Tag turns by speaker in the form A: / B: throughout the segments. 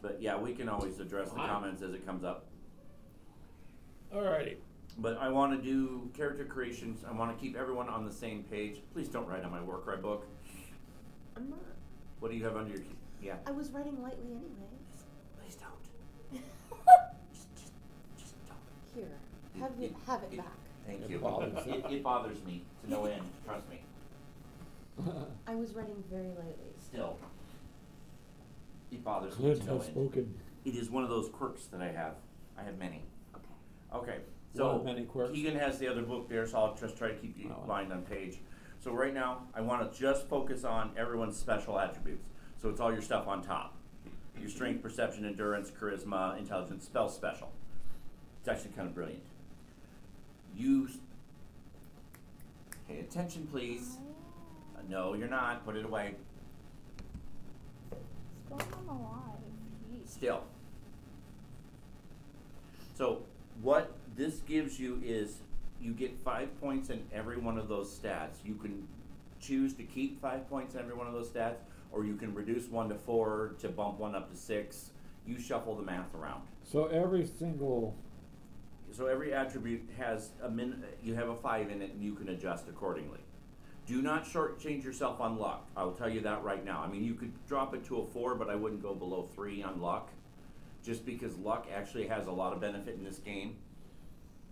A: But yeah, we can always address the
B: Hi.
A: comments as it comes up.
B: Alrighty.
A: But I want to do character creations. I want to keep everyone on the same page. Please don't write on my work right book.
C: I'm not.
A: What do you have under your? Yeah.
C: I was writing lightly anyways.
A: Please don't. Just, just, just don't.
C: Here, have
A: It-
C: it,
A: it-
C: have it
A: it-
C: back.
A: Thank
B: It
A: you.
B: bothers
A: it,
B: you.
A: it bothers me to no end. Trust me.
C: I was writing very lightly.
A: Still, it bothers me
D: Clint
A: to no
D: has
A: end.
D: spoken.
A: It is one of those quirks that I have. I have many.
C: Okay.
A: Okay,
D: One
A: so
D: of many quirks.
A: Keegan has the other book there, so I'll just try to keep you
D: Oh, wow.
A: lined on page. So right now, I want to just focus on everyone's special attributes. So it's all your stuff on top: your strength, perception, endurance, charisma, intelligence, spell special. It's actually kind of brilliant. You s- pay attention, please. Uh, no, you're not. Put it away.
E: Still I'm alive. Yeesh.
A: Still. So what this gives you is you get five points in every one of those stats. You can choose to keep five points in every one of those stats, or you can reduce one to four to bump one up to six. You shuffle the math around.
D: So every single
A: So every attribute has a min. You have a five in it, and you can adjust accordingly. Do not shortchange yourself on luck. I will tell you that right now. I mean, you could drop it to a four, but I wouldn't go below three on luck, just because luck actually has a lot of benefit in this game.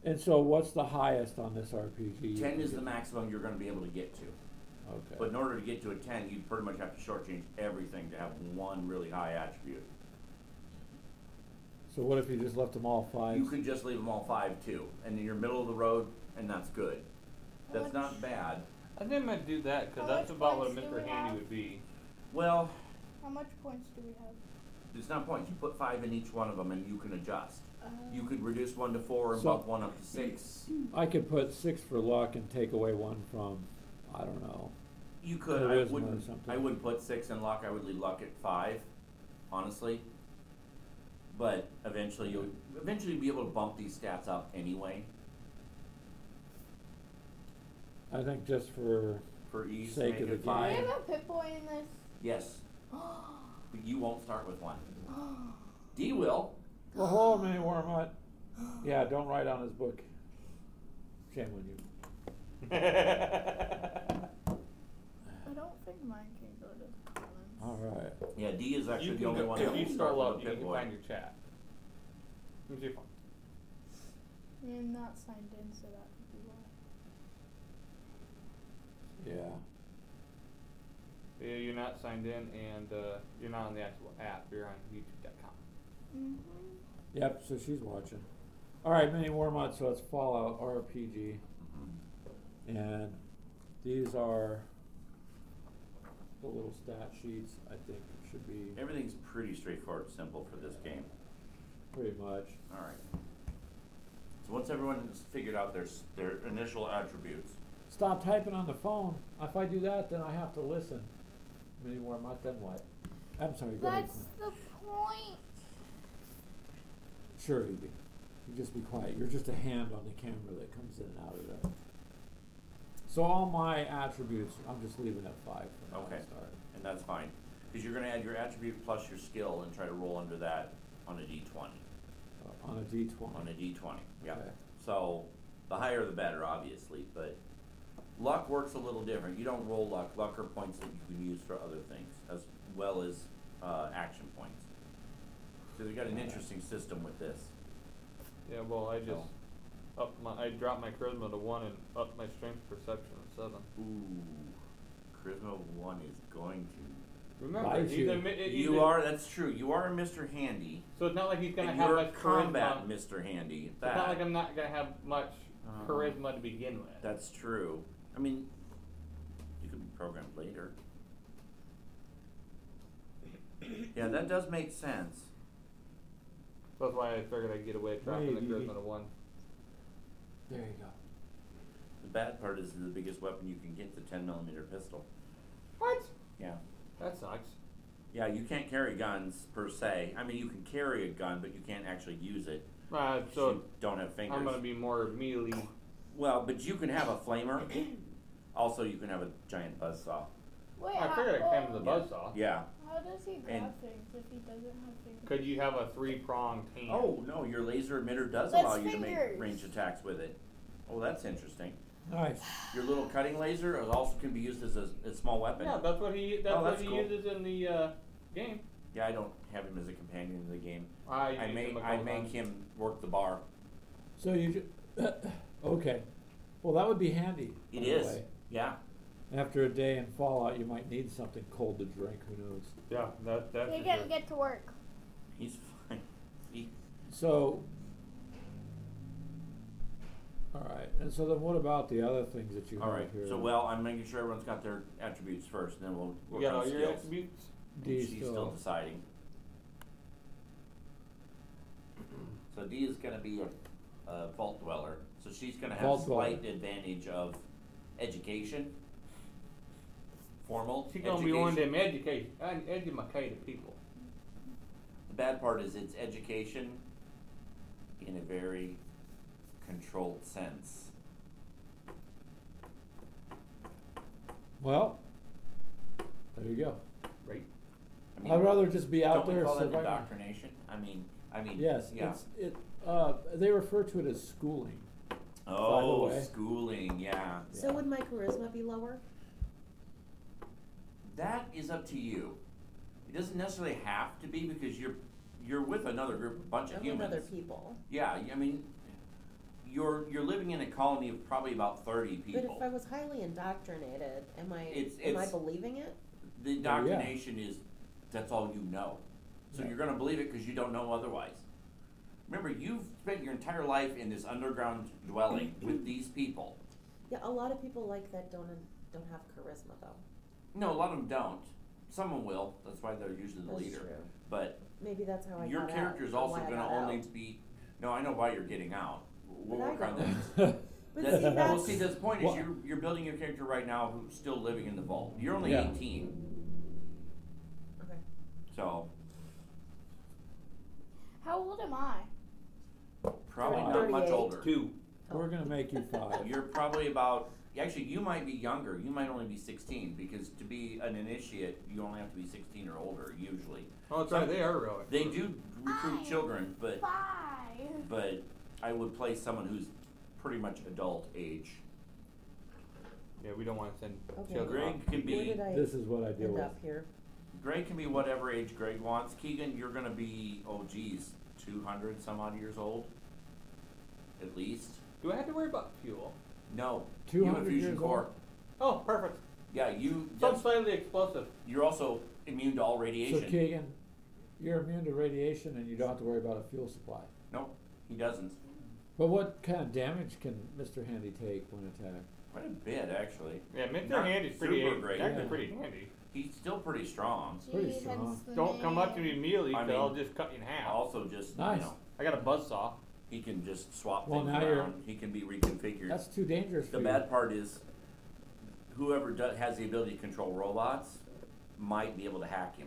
D: and so what's the highest on this RPG? you
A: Ten
D: can
A: is
D: get?
A: the maximum you're going to be able to get to.
D: Okay.
A: But in order to get to a ten, you'd pretty much have to shortchange everything to have one really high attribute.
D: so what if you just left them all five?
A: You could just leave them all five too, and then you're middle of the road, and that's good. That's not bad.
F: I think I'm gonna do that because
E: How
F: that's
E: much
F: about what
E: points do
F: Mr.
E: we
F: Handy
E: have?
F: would be.
A: Well,
E: How much points do we have?
A: It's not points. You put five in each one of them, and you can adjust. You
E: Uh,
A: could reduce one to four and
D: So-
A: bump one up to six.
D: I could put six for luck and take away one from, I don't know.
A: You could. I
D: Charisma or
A: wouldn't.
D: something.
A: I wouldn't put six in luck. I would leave luck at five, honestly. But eventually, you'll eventually be able to bump these stats up anyway
D: I think just for
A: for ease.
D: Sake
A: make
D: of
A: it
D: the
E: do we
A: five.
D: game.
E: have a pit boy in this?
A: Yes, but you won't start with one. D will.
D: well, hold on a minute, Wormhut. Yeah, don't write on his book. Shame on you.
E: I don't think mine can go to Collins.
D: All right.
A: Yeah, D is actually
F: you
A: the
F: can
A: only
F: go,
A: one. that
F: if
A: won't
F: you
A: start
F: start
A: with a
F: up, you
A: pit
F: can
A: boy.
F: find your chat. Let me see if I'm-
E: You're not signed in, so that would be why.
D: Yeah.
F: Yeah, you're not signed in and uh, you're not on the actual app. You're on YouTube.com.
E: Mm-hmm.
D: Yep. So she's watching. All right, mini Wormhut. So it's Fallout RPG, and these are the little stat sheets. I think should be
A: Everything's pretty straightforward, simple for this game.
D: pretty much.
A: All right. So once everyone has figured out their, s- their initial attributes,
D: Stop typing on the phone. If I do that, then I have to listen. Mini Wormhut. Then what? I'm sorry. Go ahead,
E: That's
D: Clint.
E: the point.
D: Sure, you do. You just be quiet. You're just a hand on the camera that comes in and out of that. So all my attributes, I'm just leaving at five for now to
A: Okay.
D: start.
A: and that's fine, because you're gonna add your attribute plus your skill and try to roll under that on a D twenty,
D: Uh, on a D twenty.
A: on a D twenty, yeah.
D: Okay.
A: So, the higher the better, obviously, but luck works a little different, you don't roll luck, luck are points that you can use for other things, as well as, uh, action points. So they got an interesting system with this,
F: Yeah, well, I just
A: Oh.
F: up my I dropped my charisma to one and up my strength perception to seven.
A: ooh, charisma one is going to
F: Remember,
D: Bite
F: he's
D: you.
F: a, mi- he's
A: You
F: a-
A: are. That's true. You are a Mr. Handy.
F: So it's not like he's gonna
A: and
F: have
A: you're
F: much
A: combat,
F: charisma.
A: Mr. Handy.
F: It's
A: That,
F: not like I'm not gonna have much
A: Um,
F: charisma to begin with.
A: that's true. I mean, you could be programmed later. yeah, that does make sense.
F: That's why I figured I'd get away with dropping the
D: Maybe.
F: charisma to one.
D: There you go.
A: The bad part is the biggest weapon you can get the 10 millimeter pistol.
F: What?
A: Yeah.
F: That sucks.
A: Yeah, you can't carry guns per se. I mean, you can carry a gun, but you can't actually use it.
F: Uh,
A: 'cause
F: so
A: you don't have fingers.
F: I'm gonna be more mealy.
A: Well, but you can have a flamer. also, you can have a giant buzzsaw.
E: Wait,
F: I
E: how,
F: figured I came to the
E: well,
F: buzzsaw.
A: Yeah.
E: How does he grab
A: And-
E: things if he doesn't have fingers?
F: Could you have a three pronged hand?
A: Oh, no, your laser emitter does
E: That's
A: allow you to make
E: fingers.
A: range attacks with it. Oh, that's interesting.
D: Nice.
A: Your little cutting laser is also can be used as a, a small weapon.
F: Yeah, that's what he that's
A: Oh,
F: what
A: that's
F: he
A: cool.
F: uses in the uh, game.
A: Yeah, I don't have him as a companion in the game.
F: I,
A: I
F: used
A: make
F: him a
A: I
F: couple
A: make
F: times.
A: him work the bar.
D: So you ju- okay. Well, that would be handy.
A: It
D: by the
A: is.
D: way.
A: Yeah.
D: After a day in Fallout, you might need something cold to drink. Who knows?
F: Yeah, that that's
E: They gotta get to work.
A: He's fine. He,
D: So, all right. And so then, what about the other things that you
A: all
D: have
A: right.
D: here?
A: So well, I'm making sure everyone's got their attributes first, and then we'll
F: You
A: work
F: got
A: on
F: all your
A: skills.
F: attributes.
D: D
A: She's still,
D: still.
A: deciding. So D is going to be a, a vault dweller. So she's going to have a
D: Vault
A: slight advantage of education, formal
F: She's gonna
A: education.
F: be one of them educated, educated people.
A: The bad part is it's education in a very controlled sense.
D: Well, there you go.
F: Right.
A: I
D: I'd rather just be out
A: don't
D: there
A: we call that
D: surviving.
A: indoctrination? I mean, I mean,
D: Yes,
A: yeah.
D: it's it. Uh, they refer to it as schooling.
A: oh,
D: way.
A: schooling, yeah.
D: Yeah.
C: So would my charisma be lower?
A: That is up to you. It doesn't necessarily have to be because you're you're with another group, a bunch of
C: I'm with
A: humans.
C: other people.
A: Yeah, I mean, you're you're living in a colony of probably about thirty people.
C: But if I was highly indoctrinated, am I
A: It's-
C: am I
A: it's-
C: believing it?
A: the indoctrination is that's all you know, so
D: Yeah.
A: you're going to believe it because you don't know otherwise. Remember, you've spent your entire life in this underground dwelling with these people.
C: Yeah, a lot of people like that don't don't have charisma though.
A: No, a lot of them don't. Some of them will. That's why they're usually the
C: That's
A: leader.
C: true.
A: But
C: Maybe that's how I
A: your
C: got out,
A: character is
C: or
A: also
C: why I
A: going to
C: got
A: only
C: out.
A: be. No, I know why you're getting out. We'll
C: But I
A: work on that.
C: don't. But
A: That's,
C: see,
A: well,
C: that's
A: see, the point is
D: Well-
A: you're, you're building your character right now who's still living in the vault. You're only
D: Yeah.
A: 18,
C: okay.
A: so
E: How old am I?
A: probably
D: Wow.
A: not much
C: 38.
A: older.
F: Two.
D: We're gonna make you five.
A: You're probably about, actually, you might be younger. You might only be 16 because to be an initiate, you only have to be 16 or older, usually.
F: Oh, it's right there, really.
A: They do recruit
E: Aye.
A: children, but,
E: Five.
A: but I would place someone who's pretty much adult age.
F: Yeah, we don't want to send
C: Okay.
F: children.
A: Greg
F: off.
A: can
C: Where
A: be
C: did I
D: this is what I deal
C: end
D: with.
C: up here?
A: Greg can be whatever age Greg wants. Keegan, you're gonna be oh geez, two hundred some odd years old, at least.
F: Do I have to worry about fuel?
A: No, you have a
D: 200
A: fusion
D: years
A: core.
D: old?
F: Oh, perfect.
A: Yeah, you.
F: Some
A: That's,
F: slightly explosive.
A: you're also immune to all
D: So
A: radiation.
D: Keegan, you're immune to radiation and you don't have to worry about a fuel supply.
A: no, he doesn't.
D: But what kind of damage can Mr. Handy take when attacked?
A: Quite a bit actually.
F: Yeah, Mr.
A: Not
F: Handy's pretty
A: super great.
F: Actually,
D: Yeah.
F: pretty handy.
A: He's still pretty strong.
D: pretty
E: Gee,
D: strong.
E: hence the
F: Don't come up to me
E: name.
F: immediately,
A: I
F: 'cause I'll
A: mean-
F: just cut you in half.
A: Also, just
D: Nice.
A: you know,
F: I got a buzzsaw.
A: he can just swap
D: Well,
A: things
D: now you're-
A: around. He can be reconfigured.
D: That's too dangerous for
A: The
D: you.
A: bad part is, whoever does, has the ability to control robots might be able to hack him.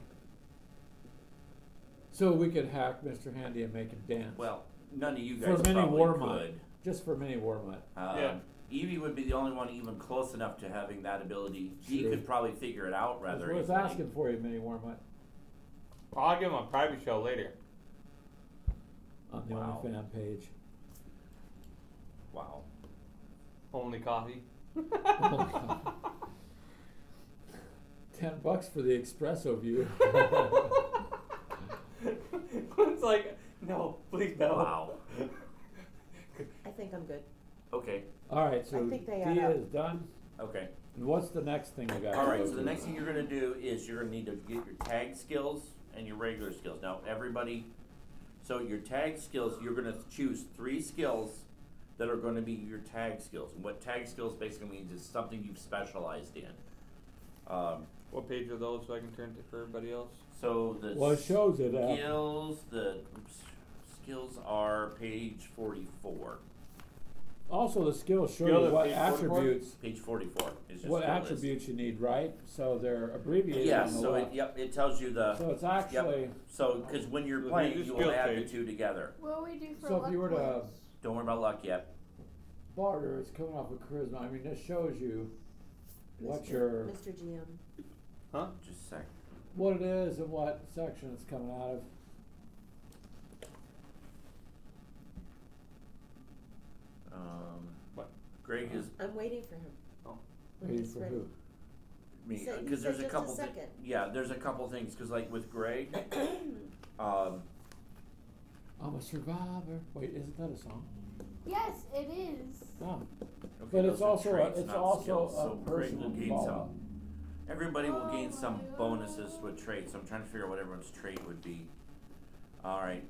D: So we could hack Mr. Handy and make him dance.
A: Well, none of you
D: For
A: guys
D: mini
A: probably
D: Warmont.
A: could.
D: just for mini warmut.
A: Um,
F: Yeah.
A: Evie would be the only one even close enough to having that ability. She
D: True.
A: could probably figure it out
D: That's
A: rather
D: what I was
A: easily.
D: asking for you, mini warmut,
F: I'll give him a private show later.
D: on the
A: Wow.
D: OnlyFan page.
A: Wow.
F: Only coffee.
D: Ten bucks for the espresso view.
F: Clint's like, no, please no.
A: Wow.
C: I think I'm good.
A: Okay.
D: All right, so
C: I
D: D
C: think they add up.
D: is done.
A: Okay.
D: And what's the next thing we got?
A: All
D: to
A: right.
D: go
A: So the
D: through?
A: next thing you're going to do is you're going to need to get your tag skills and your regular skills. Now, everybody, so your tag skills, you're going to choose three skills that are going to be your tag skills. And what tag skills basically means is something you've specialized in. Um,
F: What page are those so I can turn to for everybody else?
A: so the
D: Well, it shows it. Uh,
A: skills, the oops, skills are page 44.
D: Also, the skills show
F: Skill
D: you
F: at
D: what
F: page 44?
D: attributes,
A: Page forty-four is just
D: what
A: the list.
D: attributes you need, right? So they're abbreviated
A: Yeah,
D: on the
A: so it,
D: left.
A: yep, it tells you the,
D: so it's actually
A: so, cause when you're
F: Well,
A: playing,
F: here's
A: you
F: the
A: will
F: skill
A: add the
F: page.
A: two together.
E: What do we do for
D: So if you
E: luck
D: were to-
E: points?
A: Don't worry about luck yet.
D: barter. It's coming off of charisma. I mean, this shows you what
C: Mr.
D: your
C: Mr. GM?
F: Huh?
A: Just a sec.
D: what it is and what section it's coming out of.
A: Um,
F: What? Uh-huh.
A: Greg is
C: I'm waiting for him.
F: Oh.
C: When
D: Waiting
C: he's
D: for
C: ready.
D: who?
A: me
C: So you
A: because there's a
C: said just a
A: couple. thi-
C: second.
A: yeah, there's a couple things because like with Greg, um,
D: I'm a survivor. Wait, isn't that a song?
E: Yes, it is.
D: No.
A: okay,
D: But it's
A: those are
D: also a,
A: traits,
D: it's
A: not
D: also
A: skills,
D: a
A: so Greg
D: personal
A: will gain
D: development.
A: some. Everybody will gain
E: Oh
A: some
E: my
A: bonuses
E: God.
A: with traits. I'm trying to figure out what everyone's trait would be. All right.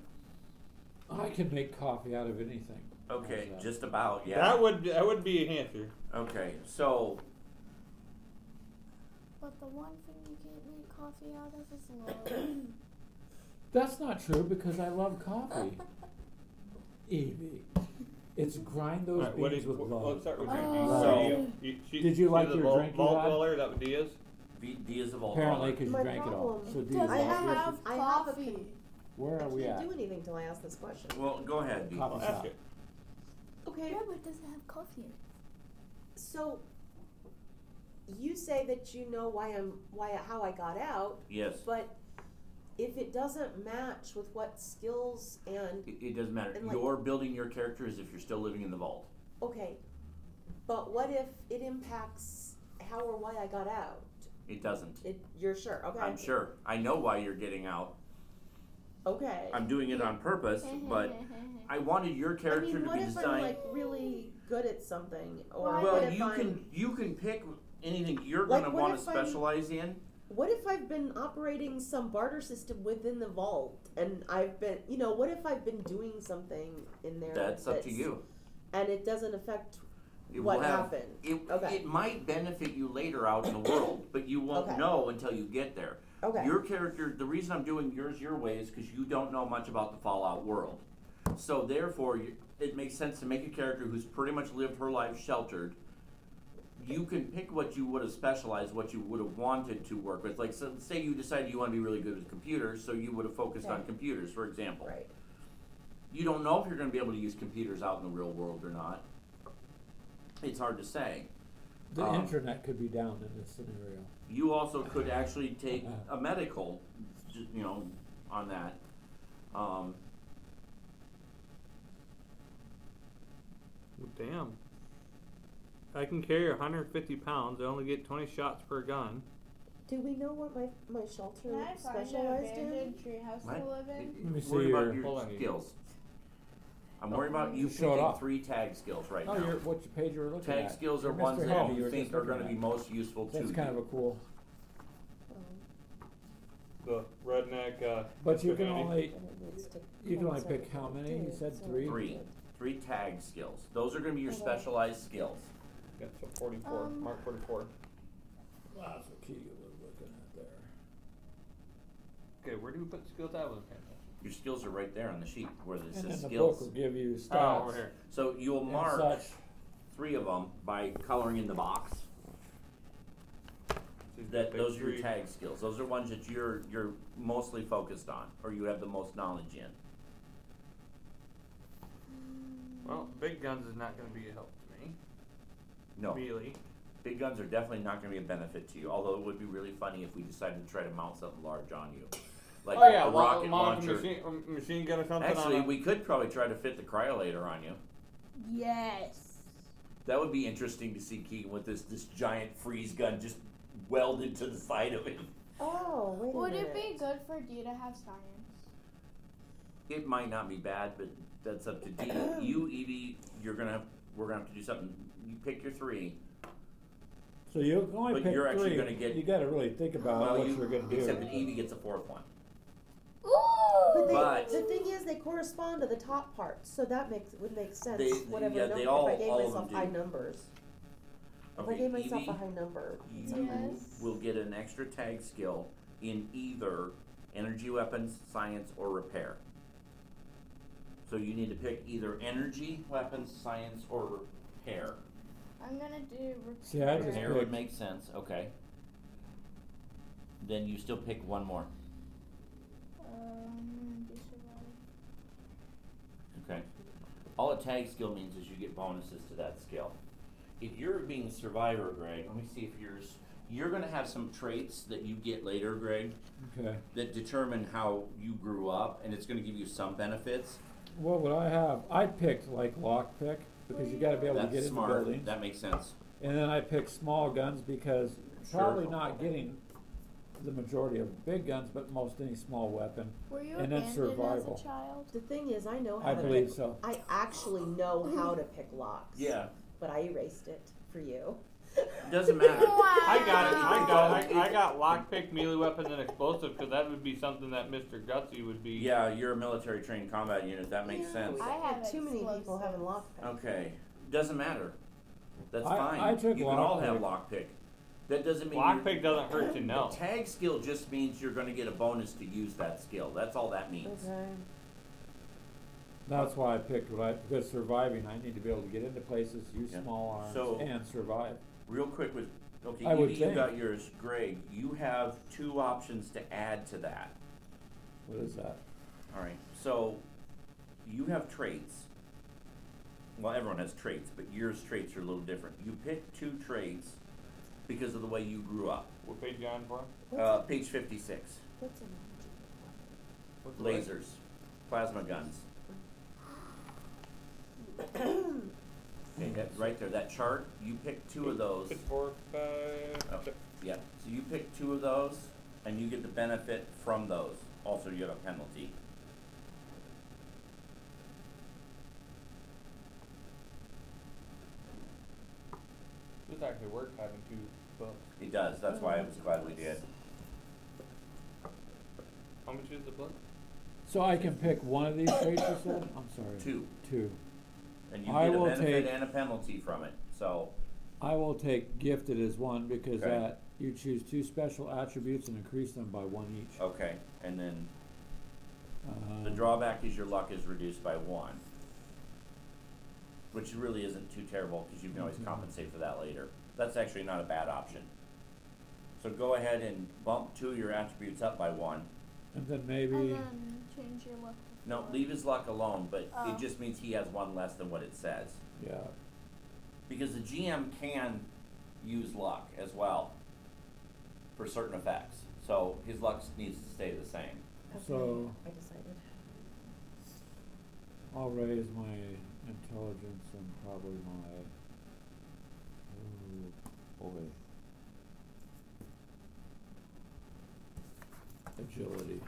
D: I can make coffee out of anything. How's
A: Okay.
D: that?
A: Just about. Yeah.
F: That would that would be an answer.
A: okay. So
E: But the one thing you can't make coffee out of is love.
D: That's not true because I love coffee. Evie, it's grind those
F: Alright, what
D: beans
F: is-
D: with
F: what-
D: love.
F: Let's start with your
E: Oh.
F: D.
A: So-
F: you, you, she,
D: Did you
F: she's
D: like
F: a
D: your
F: malt-
D: drink you
F: malt
D: had?
F: dweller, that what D is?
A: V, D is of all. color.
D: Apparently, because you
C: My
D: drank it all.
C: problem
D: So D is
C: doesn't
E: I
D: off.
C: have-
E: have
C: I have a
E: coffee.
D: Where
C: I
D: are we
C: can't
D: at?
C: do anything till I ask this question.
A: Well, go ahead. Dee.
D: Copy.
F: Well,
D: What's
F: ask
D: that?
F: it.
C: Okay,
E: Robert doesn't have coffee. in it.
C: so you say that you know why I'm why how I got out,
A: Yes.
C: but if it doesn't match with what skills and
A: It, it doesn't matter.
C: And, like-
A: you're building your character as if you're still living in the vault.
C: okay, but what if it impacts how or why I got out?
A: It doesn't.
C: It, you're sure? Okay.
A: I'm sure. I know why you're getting out.
C: Okay.
A: I'm doing it on purpose, but I wanted your
C: Mm-hmm. I
A: character
C: mean,
A: to
C: what
A: be
C: if
A: designed.
C: I'm like really good at something, or
E: Why
C: what
A: well,
C: if
A: you
C: I'm,
A: can you can pick anything you're
C: Like,
A: gonna
C: what
A: want to
C: if I'm-
A: specialize in.
C: What if I've been operating some barter system within the vault, and I've been, you know, what if I've been doing something in there?
A: That's up to you.
C: and it doesn't affect
A: It
C: what
A: will have-
C: happened.
A: It,
C: Okay.
A: it might benefit you later out in the world, but you won't
C: Okay.
A: know until you get there.
C: Okay.
A: Your character, the reason I'm doing yours your way is because you don't know much about the Fallout world. So therefore, you, it makes sense to make a character who's pretty much lived her life sheltered. You can pick what you would have specialized, what you would have wanted to work with. Like, so, say you decided you want to be really good with computers, so you would have focused on
C: Okay.
A: computers, for example.
C: right.
A: You don't know if you're going to be able to use computers out in the real world or not. It's hard to say.
D: The
A: Um,
D: internet could be down in this scenario.
A: You also could actually take a medical, j- you know, on that. Um,
F: Well, damn. I can carry 150 pounds. I only get 20 shots per gun.
C: Do we know what my my shelter
E: Can I find an
C: specialized in?
E: abandoned treehouse
A: What?
E: to live in?
D: Let me see
A: worry about
D: your-
A: your
F: Hold on, you-
A: skills. I'm worried about you
D: Just show it
A: picking
D: off.
A: three tag skills right
D: Oh,
A: now.
D: you're, what you- page you were looking
A: Tag
D: at?
A: skills are
D: You're Mr.
A: ones that
D: Handy,
A: you
D: were
A: think
D: just
A: are
D: looking
A: going to
D: at.
A: be most useful to
D: That's
A: you.
D: kind of a cool.
C: Oh,
F: The redneck. Uh,
D: But you
F: Mr.
D: can
F: Handy.
D: only
C: And it needs to
D: you can only
C: coincide
D: pick
C: with
D: how
C: what
D: many?
C: it
D: You
C: did,
D: said
C: so-
D: three?
A: Three. Three tag skills. Those are going to be your
C: Okay.
A: specialized skills.
F: Yeah, so 44.
E: Um,
F: Mark 44.
D: That's what Keegan was looking at there.
F: Okay, where do we put skills? I wasn't paying attention.
A: Your skills are right there on the sheet where it
D: And
A: says
D: then the book
A: skills.
D: will give you
A: Uh,
D: stats.
F: Oh, over here.
A: So you'll
D: and
A: mark
D: such.
A: three of them by coloring in the box.
F: So
A: That
F: pick
A: those are your
F: three.
A: tag skills. Those are ones that you're you're mostly focused on, or you have the most knowledge in.
F: Well, big guns is not going to be a help to me.
A: No,
F: Really.
A: big guns are definitely not going to be a benefit to you. Although it would be really funny if we decided to try to mount something large on you, like
F: oh, yeah,
A: a
F: well,
A: rocket
F: mount a
A: launcher.
F: Machine, um, machine gun or something
A: Actually,
F: on a,
A: we could probably try to fit the cryolator on you.
E: Yes.
A: That would be interesting to see Keegan with this this giant freeze gun just welded to the side of him.
C: Oh, wait a
E: Would it
C: minute.
E: be good for D to have science?
A: It might not be bad, but that's up to D. you, Evie, you're gonna have we're gonna have to do something. You pick your three.
D: So you can only
A: But
D: pick
A: you're actually
D: three.
A: gonna get-
D: you got to really think about
A: Well,
D: what
A: you-
D: are going to do.
A: Except that Evie gets a fourth one.
C: But, they,
E: Ooh!
A: But-
C: the thing is, they correspond to the top part, so that makes would make sense.
A: They-
C: whatever
A: yeah,
C: number,
A: they all-
C: if I gave
A: all of them
C: myself
A: do.
C: high numbers, if I
A: Okay,
C: gave myself
A: Evie,
C: a high number, it's
A: you
C: okay.
E: Yes.
A: will get an extra tag skill in either energy weapons, science, or repair. So you need to pick either energy weapons, science, or repair.
E: I'm gonna do.
D: See, I just
A: Repair
E: repair.
A: would
D: picked-
A: make sense. Okay. Then you still pick one more.
E: Um, do survival.
A: Okay. All a tag skill means is you get bonuses to that skill. If you're being survivor, Greg, let me see if yours you're gonna have some traits that you get later, Greg,
D: Okay.
A: that determine how you grew up, and it's gonna give you some benefits.
D: What would I have? I picked like lock pick because you got to be able to get
A: That's
D: in the
A: smart.
D: building,
A: That makes sense.
D: and then I picked small guns because
A: Sure.
D: probably not getting the majority of big guns, but most any small weapon.
E: Were you
D: And then
E: abandoned
D: survival.
E: as a child?
C: The thing is, I know how
D: I
C: to
D: believe
C: pick.
D: so.
C: I actually know how to pick locks.
A: Yeah,
C: But I erased it for you.
A: doesn't matter.
F: I got it. I got it. I, I got lockpick, melee weapons, and explosive because that would be something that Mr. Gutsy would be.
A: Yeah, you're a military trained combat unit. That makes sense.
C: I had
E: have
C: too many people
E: explosives.
C: having lockpicks.
A: Okay, doesn't matter. That's
D: I-
A: fine.
D: I took
A: you can all have lockpick. That doesn't mean you're-
F: Lockpick doesn't hurt to know.
A: Tag skill just means you're going to get a bonus to use that skill. That's all that means.
C: Okay.
D: That's why I picked what I because surviving. I need to be able to get into places, use
A: Yeah.
D: small arms,
A: So-
D: and survive.
A: Real quick with okay,
D: I would
A: Edie, you
D: think.
A: got yours. Greg, you have two options to add to that.
D: What is that?
A: All right. So you have traits. Well, everyone has traits, but yours traits are a little different. You pick two traits because of the way you grew up.
F: What page you on for?
C: What's,
A: Uh,
C: a,
A: page 56.
C: what's a
F: What's the last-
A: Lasers, plasma guns. Okay, that, right there, that chart, you pick two of those.
F: Good for, uh,
A: Oh. Yeah, so you pick two of those, and you get the benefit from those. Also, you have a penalty.
F: This actually worked having two books.
A: It does, that's why I
D: Oh,
A: was glad we did.
F: How much is the book?
D: So I can pick one of these traits. you said? I'm sorry.
A: Two,
D: Two.
A: and you
D: I
A: get a
D: will
A: benefit
D: take-
A: and a penalty from it, so,
D: I will take gifted as one because
A: Okay.
D: that you choose two special attributes and increase them by one each.
A: okay. And then Oh. the
D: Um,
A: drawback is your luck is reduced by one. Which really isn't too terrible, because you can always
D: Mhm.
A: compensate for that later. That's actually not a bad option. So go ahead and bump two of your attributes up by one.
D: And then
E: And
D: maybe
E: then change your look.
A: No, leave his luck alone, but
E: Oh.
A: it just means he has one less than what it says.
D: yeah.
A: Because the GM can use luck as well for certain effects. So his luck needs to stay the same.
C: Okay,
D: So-
C: I decided.
D: I'll raise my intelligence and probably my. Oh boy. Agility.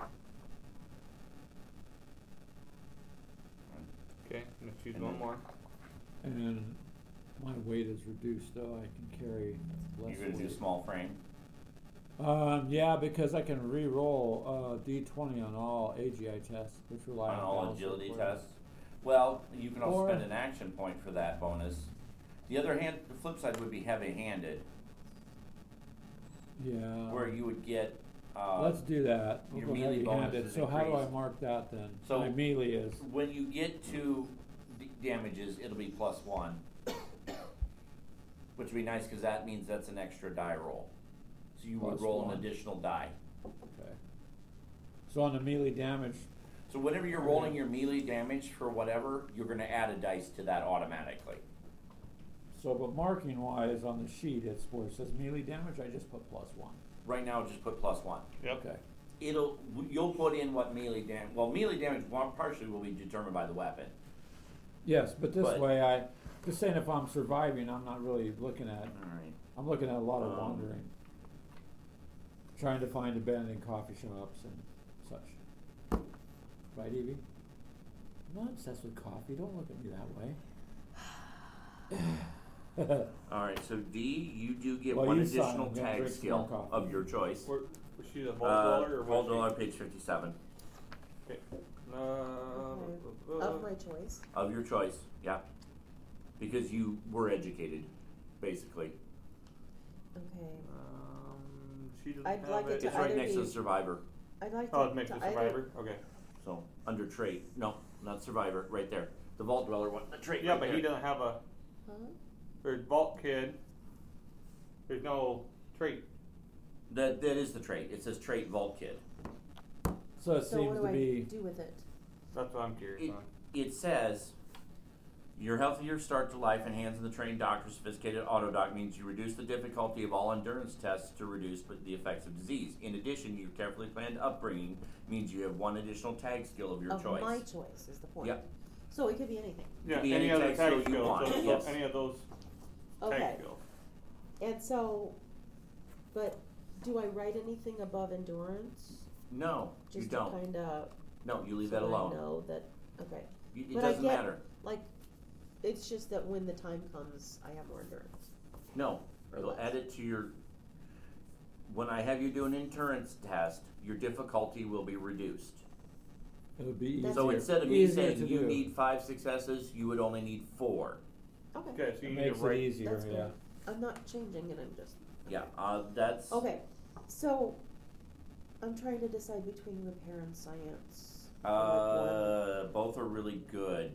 F: Okay, I'm gonna choose one more.
D: And my weight is reduced, though I can carry less
A: You're gonna do
D: weight.
A: small frame.
D: Um, yeah, because I can re-roll uh, D twenty on all AGI tests, which rely
A: on
D: on,
A: all
D: balance
A: agility
D: requirements.
A: tests. Well, you can also
D: Or-
A: spend an action point for that bonus. The other hand, the flip side would be heavy-handed,
D: Yeah.
A: where you would get. Uh,
D: Let's do that.
A: your
D: We'll go
A: melee bonus
D: heavy-handed.
A: is
D: So how do I
A: increased.
D: mark that then?
A: So-
D: my melee is
A: When you get to d- damages, it'll be plus one, which would be nice because that means that's an extra die roll. So you would
D: Plus
A: roll
D: one.
A: an additional die.
D: okay. So on the melee damage,
A: So whenever you're
D: Okay.
A: rolling your melee damage for whatever, you're going to add a dice to that automatically.
D: so but marking wise on the sheet, it's where it says melee damage. I just put plus one.
A: Right now, just put plus one.
D: Okay.
A: it'll you'll put in what melee damage. Well, melee damage wa- partially will be determined by the weapon.
D: Yes, but this
A: But-
D: way I just saying if I'm surviving, I'm not really looking at
A: All right.
D: I'm looking at a lot of
A: Um,
D: wandering, trying to find abandoned coffee shops and such. Right, Evie? I'm not obsessed with coffee. Don't look at me that way.
A: All right. So D, you do get
D: Well,
A: one
D: you sign,
A: additional
D: I'm gonna
A: tag
D: drink some more
A: skill
D: coffee.
A: of your choice.
F: Were, was she the whole
A: Uh,
F: dollar or
A: Gold
F: was
A: dollar, page fifty-seven,
F: she? Okay. No.
A: Uh,
F: bu- bu- bu-
C: Of my choice.
A: of your choice. Yeah, because you were educated, basically.
C: Okay.
F: um, she doesn't
C: I'd
F: have
C: like it
A: It's
F: it.
C: to
A: right
C: either
A: next to
C: be-
A: survivor.
C: I'd like to.
F: Oh, it makes
C: to
F: the
C: either-
F: survivor. Okay.
A: So under trait, no, not survivor. Right there, the vault dweller one. The trait.
F: Yeah,
A: right
F: but
A: there.
F: he doesn't have a.
C: Huh?
F: There's vault kid. There's no trait.
A: That that is the trait. It says trait vault kid.
D: so it
C: So
D: seems
C: what do
D: to
C: I
D: be
C: do with it?
F: That's what I'm curious
A: It-
F: on.
A: it says Your healthier start to life enhanced in the trained doctor's sophisticated auto doc means you reduce the difficulty of all endurance tests to reduce the effects of disease. In addition, your carefully planned upbringing means you have one additional tag skill of your
C: of
A: choice.
C: my choice is the point.
A: Yep.
C: So it could be anything.
F: Yeah,
A: be
F: any
A: any tag
F: other
A: skill
F: tag
A: you
F: skills,
A: want,
F: so- so
A: yes.
F: any of those tag
C: Okay.
F: skills.
C: And so, but do I write anything above endurance?
A: No,
C: Just
A: you don't.
C: to kind of
A: no, you leave that alone.
C: I know that okay.
A: You- it
C: But I
A: doesn't
C: get-
A: matter.
C: Like, it's just that when the time comes, I have more endurance.
A: No,
C: Or
A: you'll
C: less.
A: add it to your. When I have you do an endurance test, your difficulty will be reduced.
D: It would be easier.
C: That's
A: so
C: it.
A: instead of me
D: easier
A: saying
D: to
A: you
D: do.
A: need five successes, you would only need four.
C: Okay.
F: Okay, so
D: It
F: you need to
D: makes it
F: write.
D: easier,
C: That's
D: yeah.
C: good. I'm not changing it. I'm just
A: Yeah, uh, that's
C: okay. So, I'm trying to decide between repair and science. Like one.
A: Uh, both are really good.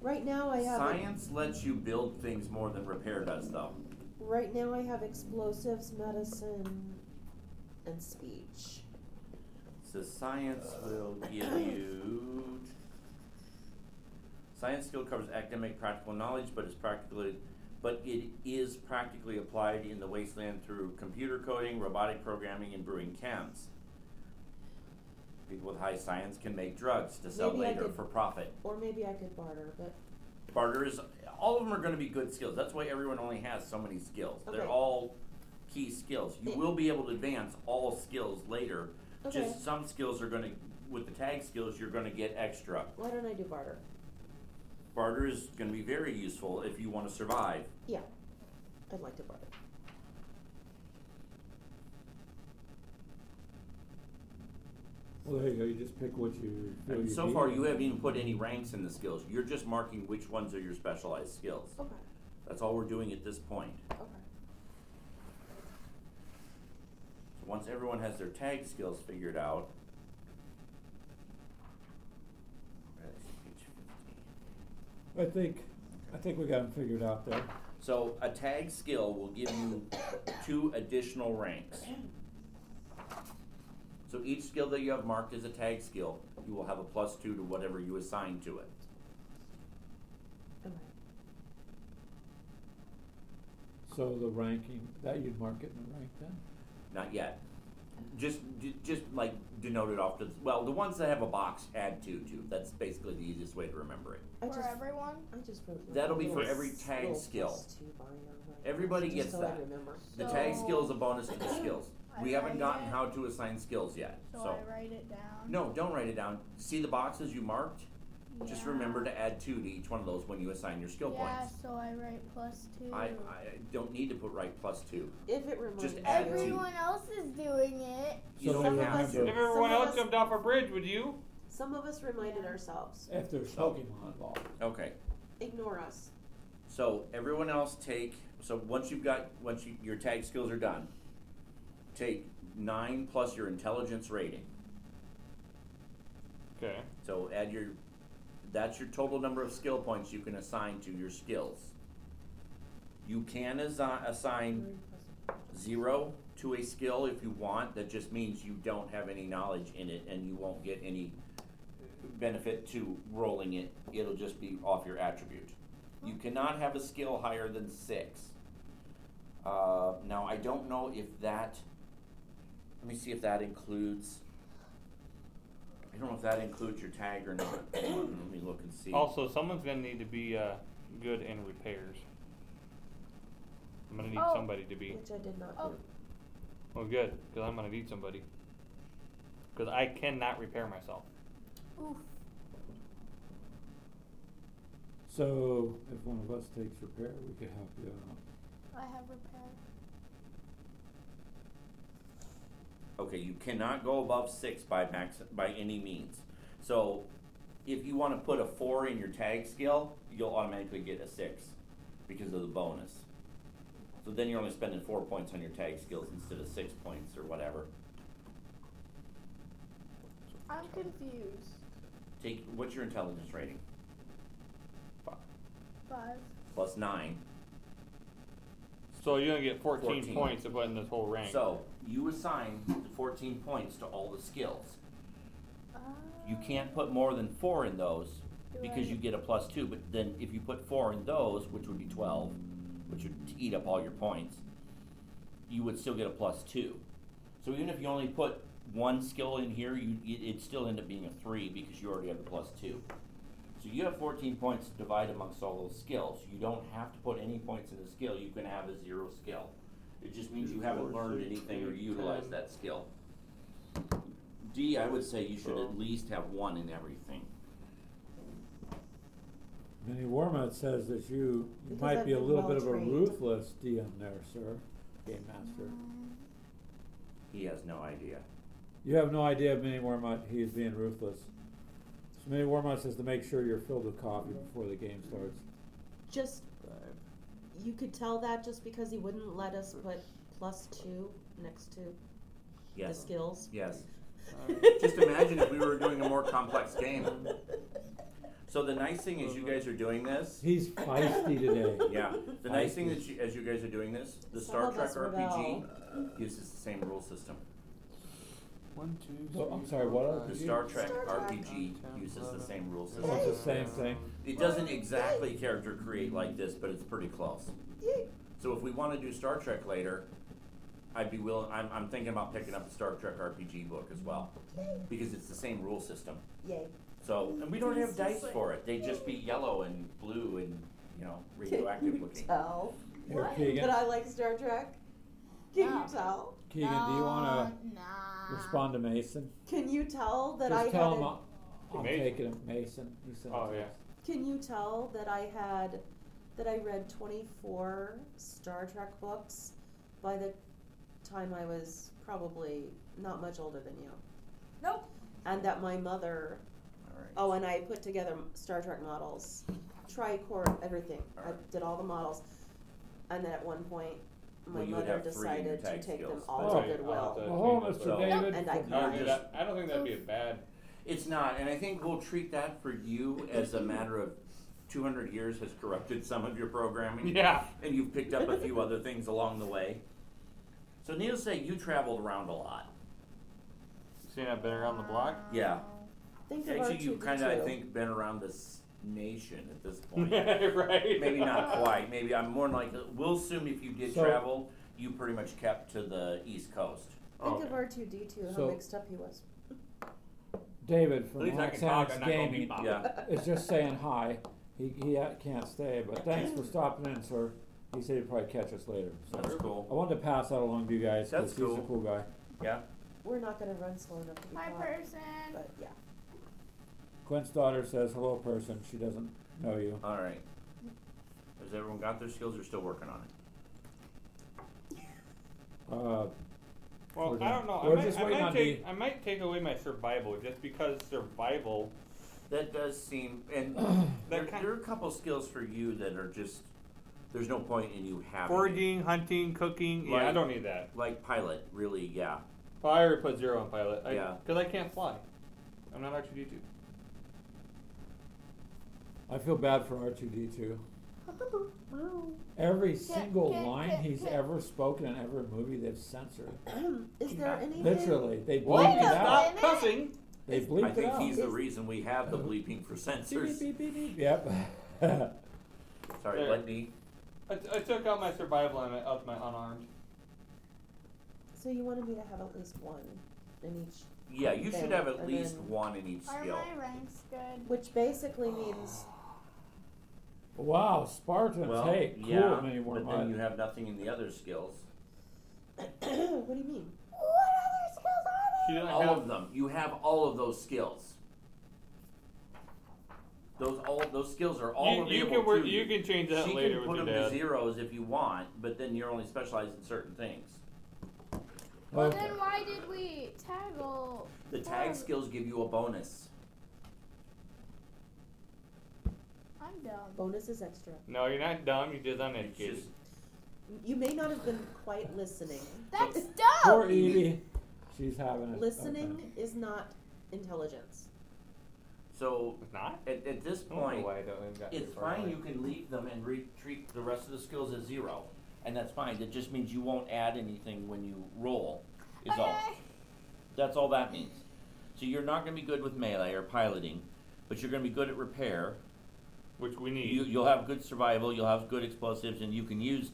C: right now, I have
A: Science lets you build things more than repair does, though.
C: Right now, I have explosives, medicine, and speech.
A: So science will give you. Science skill covers academic practical knowledge, but is practically, but it is practically applied in the wasteland through computer coding, robotic programming, and brewing chems. People with high science can make drugs to sell
C: Maybe I
A: later
C: could-
A: for profit.
C: Or maybe I could barter, but
A: Barter is all of them are going to be good skills. That's why everyone only has so many skills. They're
C: Okay.
A: all key skills. You
C: Yeah.
A: will be able to advance all skills later.
C: okay.
A: Just some skills are going to with the tag skills you're going to get extra.
C: Why don't I do barter?
A: Barter is going to be very useful if you want to survive.
C: Yeah, I'd like to barter.
D: Well, there you go, you just pick what you feel you
A: And
D: need.
A: so far you haven't even put any ranks in the skills. You're just marking which ones are your specialized skills.
C: Okay.
A: That's all we're doing at this point.
C: Okay.
A: So once everyone has their tag skills figured out. That's page 15.
D: I think, I think we got them figured out there.
A: So a tag skill will give you two additional ranks. So each skill that you have marked as a tag skill, you will have a plus two to whatever you assign to it.
C: Okay.
D: So the ranking, that you'd mark it in the rank then?
A: Not yet. Just, ju- just like denote it off to, well, the ones that have a box add two to. That's basically the easiest way to remember it.
C: I
E: For
C: just
E: everyone?
C: I just wrote. like
A: That'll
C: a
A: be for
C: little
A: every
C: s-
A: tag
C: little
A: skill.
C: plus two by number,
A: Everybody
C: just
A: gets
C: so I
A: that.
C: remember.
A: The tag
E: So-
A: skill is a bonus to the skills. We
E: I
A: haven't
E: write
A: gotten
E: it,
A: how to assign skills yet,
E: So,
A: so.
E: I write it down.
A: No, don't write it down. See the boxes you marked? Just
E: Yeah.
A: remember to add two to each one of those when you assign your skill
E: yeah,
A: points.
E: so I write plus two.
A: I, I don't need to put right plus two.
C: If it reminds
A: Just
C: you.
A: add to-
B: Everyone else is doing it.
A: You
D: So
A: don't
D: they
A: have
D: remember.
A: to.
F: If everyone
C: Some of
F: else
C: us-
F: jumped off a bridge, would you?
C: Some of us reminded ourselves.
D: If there's Pokemon involved.
A: Okay.
C: Ignore us.
A: So everyone else take. So once you've got once you, your tag skills are done, take nine plus your intelligence rating.
F: Okay.
A: So add your. That's your total number of skill points you can assign to your skills. You can assi- assign zero to a skill if you want. That just means you don't have any knowledge in it and you won't get any benefit to rolling it. It'll just be off your attribute. You cannot have a skill higher than six. Uh, now, I don't know if that, let me see if that includes, I don't know if that includes your tag or not. Let me look and see.
F: Also, someone's gonna need to be uh, good in repairs. I'm gonna need
E: Oh.
F: somebody to be.
C: Which I did not
E: Oh.
C: do.
F: Well, good, because I'm gonna need somebody. Because I cannot repair myself.
E: Oof.
D: So if one of us takes repair, we could uh, help you out.
E: I have repair.
A: Okay, you cannot go above six by max, by any means. So if you wanna put a four in your tag skill, you'll automatically get a six because of the bonus. So then you're only spending four points on your tag skills instead of six points or whatever.
E: I'm confused.
A: Take, what's your intelligence rating?
E: Five.
A: Plus nine.
F: So you're gonna get 14,
A: 14.
F: points to put in this whole rank.
A: So you assign the fourteen points to all the skills.
E: Uh,
A: You can't put more than four in those
E: Do
A: because
E: I-
A: you get a plus two, but then if you put four in those, which would be twelve, which would eat up all your points, you would still get a plus two. So even if you only put one skill in here, you it- it'd still end up being a three because you already have the plus two. So you have fourteen points to divide amongst all those skills. You don't have to put any points in a skill. You can have a zero skill. It just means you haven't learned anything or utilized that skill. D, I would say you should at least have one in everything.
D: Minnie Warmouth says that you, you
C: Because
D: might
C: I've
D: be a
C: been
D: little bit of a
C: well-trained.
D: ruthless DM there, sir, game master.
A: He has no idea.
D: You have no idea of Minnie Warmouth, he is being ruthless. So Minnie Warmouth says to make sure you're filled with coffee before the game starts.
C: Just uh, you could tell that just because he wouldn't let us put plus two next to the
A: Yes.
C: skills.
A: Yes. Uh, Just imagine if we were doing a more complex game. So the nice thing is you guys are doing this.
D: Uh-huh. He's feisty today.
A: Yeah. The nice thing
D: I
A: that you, as you guys are doing this, the
C: Some
A: Star
C: of
A: Trek
C: us
A: RPG uses the same rule system.
F: One, two,
D: Well, I'm sorry, what else
A: The
D: did Uh, you-
A: Star Trek
B: Star Trek.
A: RPG uses the same rule
F: It's
A: system.
D: the same thing.
A: It doesn't exactly character create like this, but it's pretty close.
C: Yay.
A: So if we want to do Star Trek later, I'd be willing. I'm, I'm thinking about picking up the Star Trek RPG book as well because it's the same rule system.
C: Yay.
A: So and we don't have
E: It's just
A: dice
E: like-
A: for it. They just be yellow and blue and you know radioactive looking.
C: tell
D: Here,
E: What?
D: Keegan,
C: that I like Star Trek? Can
E: No.
C: you tell?
D: Keegan, do you wanna
E: No, nah.
D: respond to Mason?
C: Can you tell uh, that I
D: Just tell
C: had
D: him
C: a-
D: I'll, I'll
F: Mason.
D: take it, at Mason, he said.
F: Oh, yeah.
C: Can you tell that I had that I read 24 Star Trek books by the time I was probably not much older than you?
E: Nope.
C: And that my mother,
A: All right.
C: oh, and I put together Star Trek models, tricorn, everything. I did all the models. And then at one point, my
A: Well, you would
C: mother
A: have three in your
C: decided to
A: tag
C: take them
A: skills, but-
C: all
F: Right,
C: to
F: I'll have
C: Goodwill.
F: to-
D: Well, hello,
F: That's
D: Mr.
A: me, that's
D: Oh, David.
C: And I
D: from-
F: I don't,
C: Yeah.
F: think that, I don't think that'd be a bad.
A: It's not, and I think we'll treat that for you as a matter of 200 years has corrupted some of your programming,
F: Yeah.
A: and you've picked up a few other things along the way. So needless to say, you traveled around a lot.
F: Seeing I've been around the block.
A: Yeah.
C: Think of
A: Actually, you've kind of, I
C: R2D2.
A: think, been around this nation at this point.
F: right.
A: Maybe not quite. Maybe I'm more like we'll assume if you did
D: So-
A: travel, you pretty much kept to the East Coast.
F: Oh,
C: Think of R2D2, how
D: So-
C: mixed up he was.
D: David
F: At
D: from
F: least I can talk.
D: Roxanne's
F: I'm not gonna be
D: Gaming
F: Bob.
A: Yeah.
D: is just saying hi. He, he uh, can't stay, but thanks for stopping in, sir. He said he'd probably catch us later. So
A: That's
D: I
A: cool.
D: wanted to pass that along to you guys
A: That's
D: because he's a
A: cool.
D: cool guy.
C: We're not going to run slow enough to be
E: My
C: caught,
E: person.
C: but yeah.
D: Quint's daughter says, "Hello, person." She doesn't know you.
A: All right. Has everyone got their skills? Or still working on it?
D: Uh,
F: Well,
D: We're
F: I
D: done.
F: don't know.
D: We're
F: I might,
D: just
F: I,
D: waiting
F: might
D: on
F: take,
D: the-
F: I might take away my survival just because survival.
A: That does seem, and there,
F: kind-
A: there are a couple skills for you that are just there's no point in you having it.
F: Foraging, hunting, cooking. Yeah, I
A: Right.
F: don't need that.
A: like pilot. Really, yeah,
F: Well, I already put zero on pilot. I,
A: Yeah.
F: Because I can't fly. I'm not R2D2.
D: I feel bad for R two D two. Every single line he's ever spoken in every movie they've censored.
C: Is there anything?
D: Literally, they
F: What?
D: bleeped it
B: a
D: out.
F: Stop cussing.
D: They bleeped
A: I
D: it
A: think
D: out.
A: he's the reason we have the bleeping for
D: Beep, beep,
A: sensors.
D: beep, beep, beep. Yep.
A: Sorry,
F: There.
A: let me.
F: I, I took out my survival and my, out my unarmed.
C: So you wanted me to have at least one in each,
A: Yeah, you should have at
C: And
A: least
C: then-
A: one in each
E: Are
A: skill.
E: my ranks good?
C: which basically means
D: wow, Spartans.
A: Well,
D: hey, cool.
A: yeah,
D: Minnie
A: but
D: Warmouth.
A: then you have nothing in the other skills.
C: what do you mean?
E: What other skills are there?
F: She doesn't
A: All
F: have.
A: of them. You have all of those skills. Those all those skills are all
F: you, you
A: available
F: can work,
A: to
F: you can change that
A: she
F: later
A: can put
F: with your
A: them
F: dad.
A: to zeros if you want, but then you're only specialized in certain things.
E: Well,
D: Okay.
E: then why did we taggle?
A: The tag
E: Well-
A: skills give you a bonus.
E: I'm dumb.
C: Bonus is extra.
F: No, you're not dumb. You're just
A: It's
F: uneducated.
A: just
C: You may not have been quite listening.
E: That's
D: Poor
E: dumb.
D: Edie. She's having a okay.
C: Oh. Listening is not intelligence.
A: so
F: It's not.
A: at, at this
F: I don't know
A: point,
F: why I don't even got
A: it's
F: too far
A: fine.
F: away.
A: You can leave them and re- treat the rest of the skills as zero, and that's fine. That just means you won't add anything when you roll. Is all.
E: Okay.
A: That's all that means. So you're not going to be good with melee or piloting, but you're gonna be good at repair.
F: which we need.
A: You, you'll have good survival, you'll have good explosives, and you can use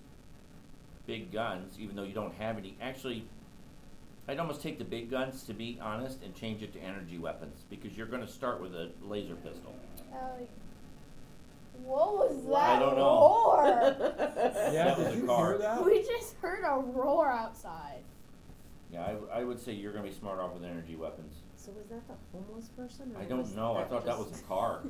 A: big guns, even though you don't have any. Actually, I'd almost take the big guns, to be honest, and change it to energy weapons, because you're gonna start with a laser pistol.
E: Oh,
B: Allie. What was that
A: I don't
B: roar?
D: Yeah,
A: That was
D: did
A: a
D: you
A: car.
D: hear that?
E: We just heard a roar outside.
A: Yeah, I, w- I would say you're gonna be smart off with energy weapons.
C: So was that the homeless person? Or
A: I don't
C: was
A: know, I thought that
C: Mm, just-
A: was a car.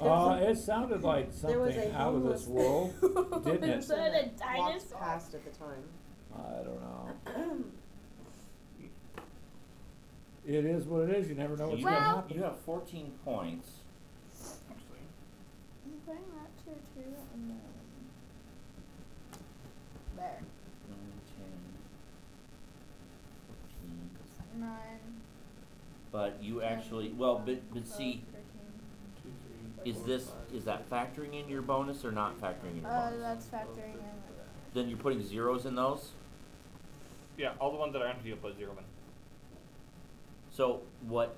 D: Uh, it sounded like
C: There was
D: something
C: a
D: out of this
C: homeless
D: world. didn't it?
E: Is that a
C: walked
E: dinosaur?
C: past at the time.
D: I don't know. It is what it is. You never know what's
A: You
D: gonna
E: Well-
A: have,
D: happen.
A: you have fourteen points.
F: Actually,
E: You bring that to your two and then there.
A: Nine, ten, fourteen.
E: Nine.
A: But you actually, well, but, but see,
E: 12,
F: two, three,
A: Is
F: four,
A: this,
F: five,
A: is that factoring in your bonus or not factoring in
E: 13.
A: your
E: Uh,
A: bonus?
E: that's factoring in.
A: Then you're putting zeros in those?
F: Yeah, all the ones that are empty, you'll put zero in.
A: So what,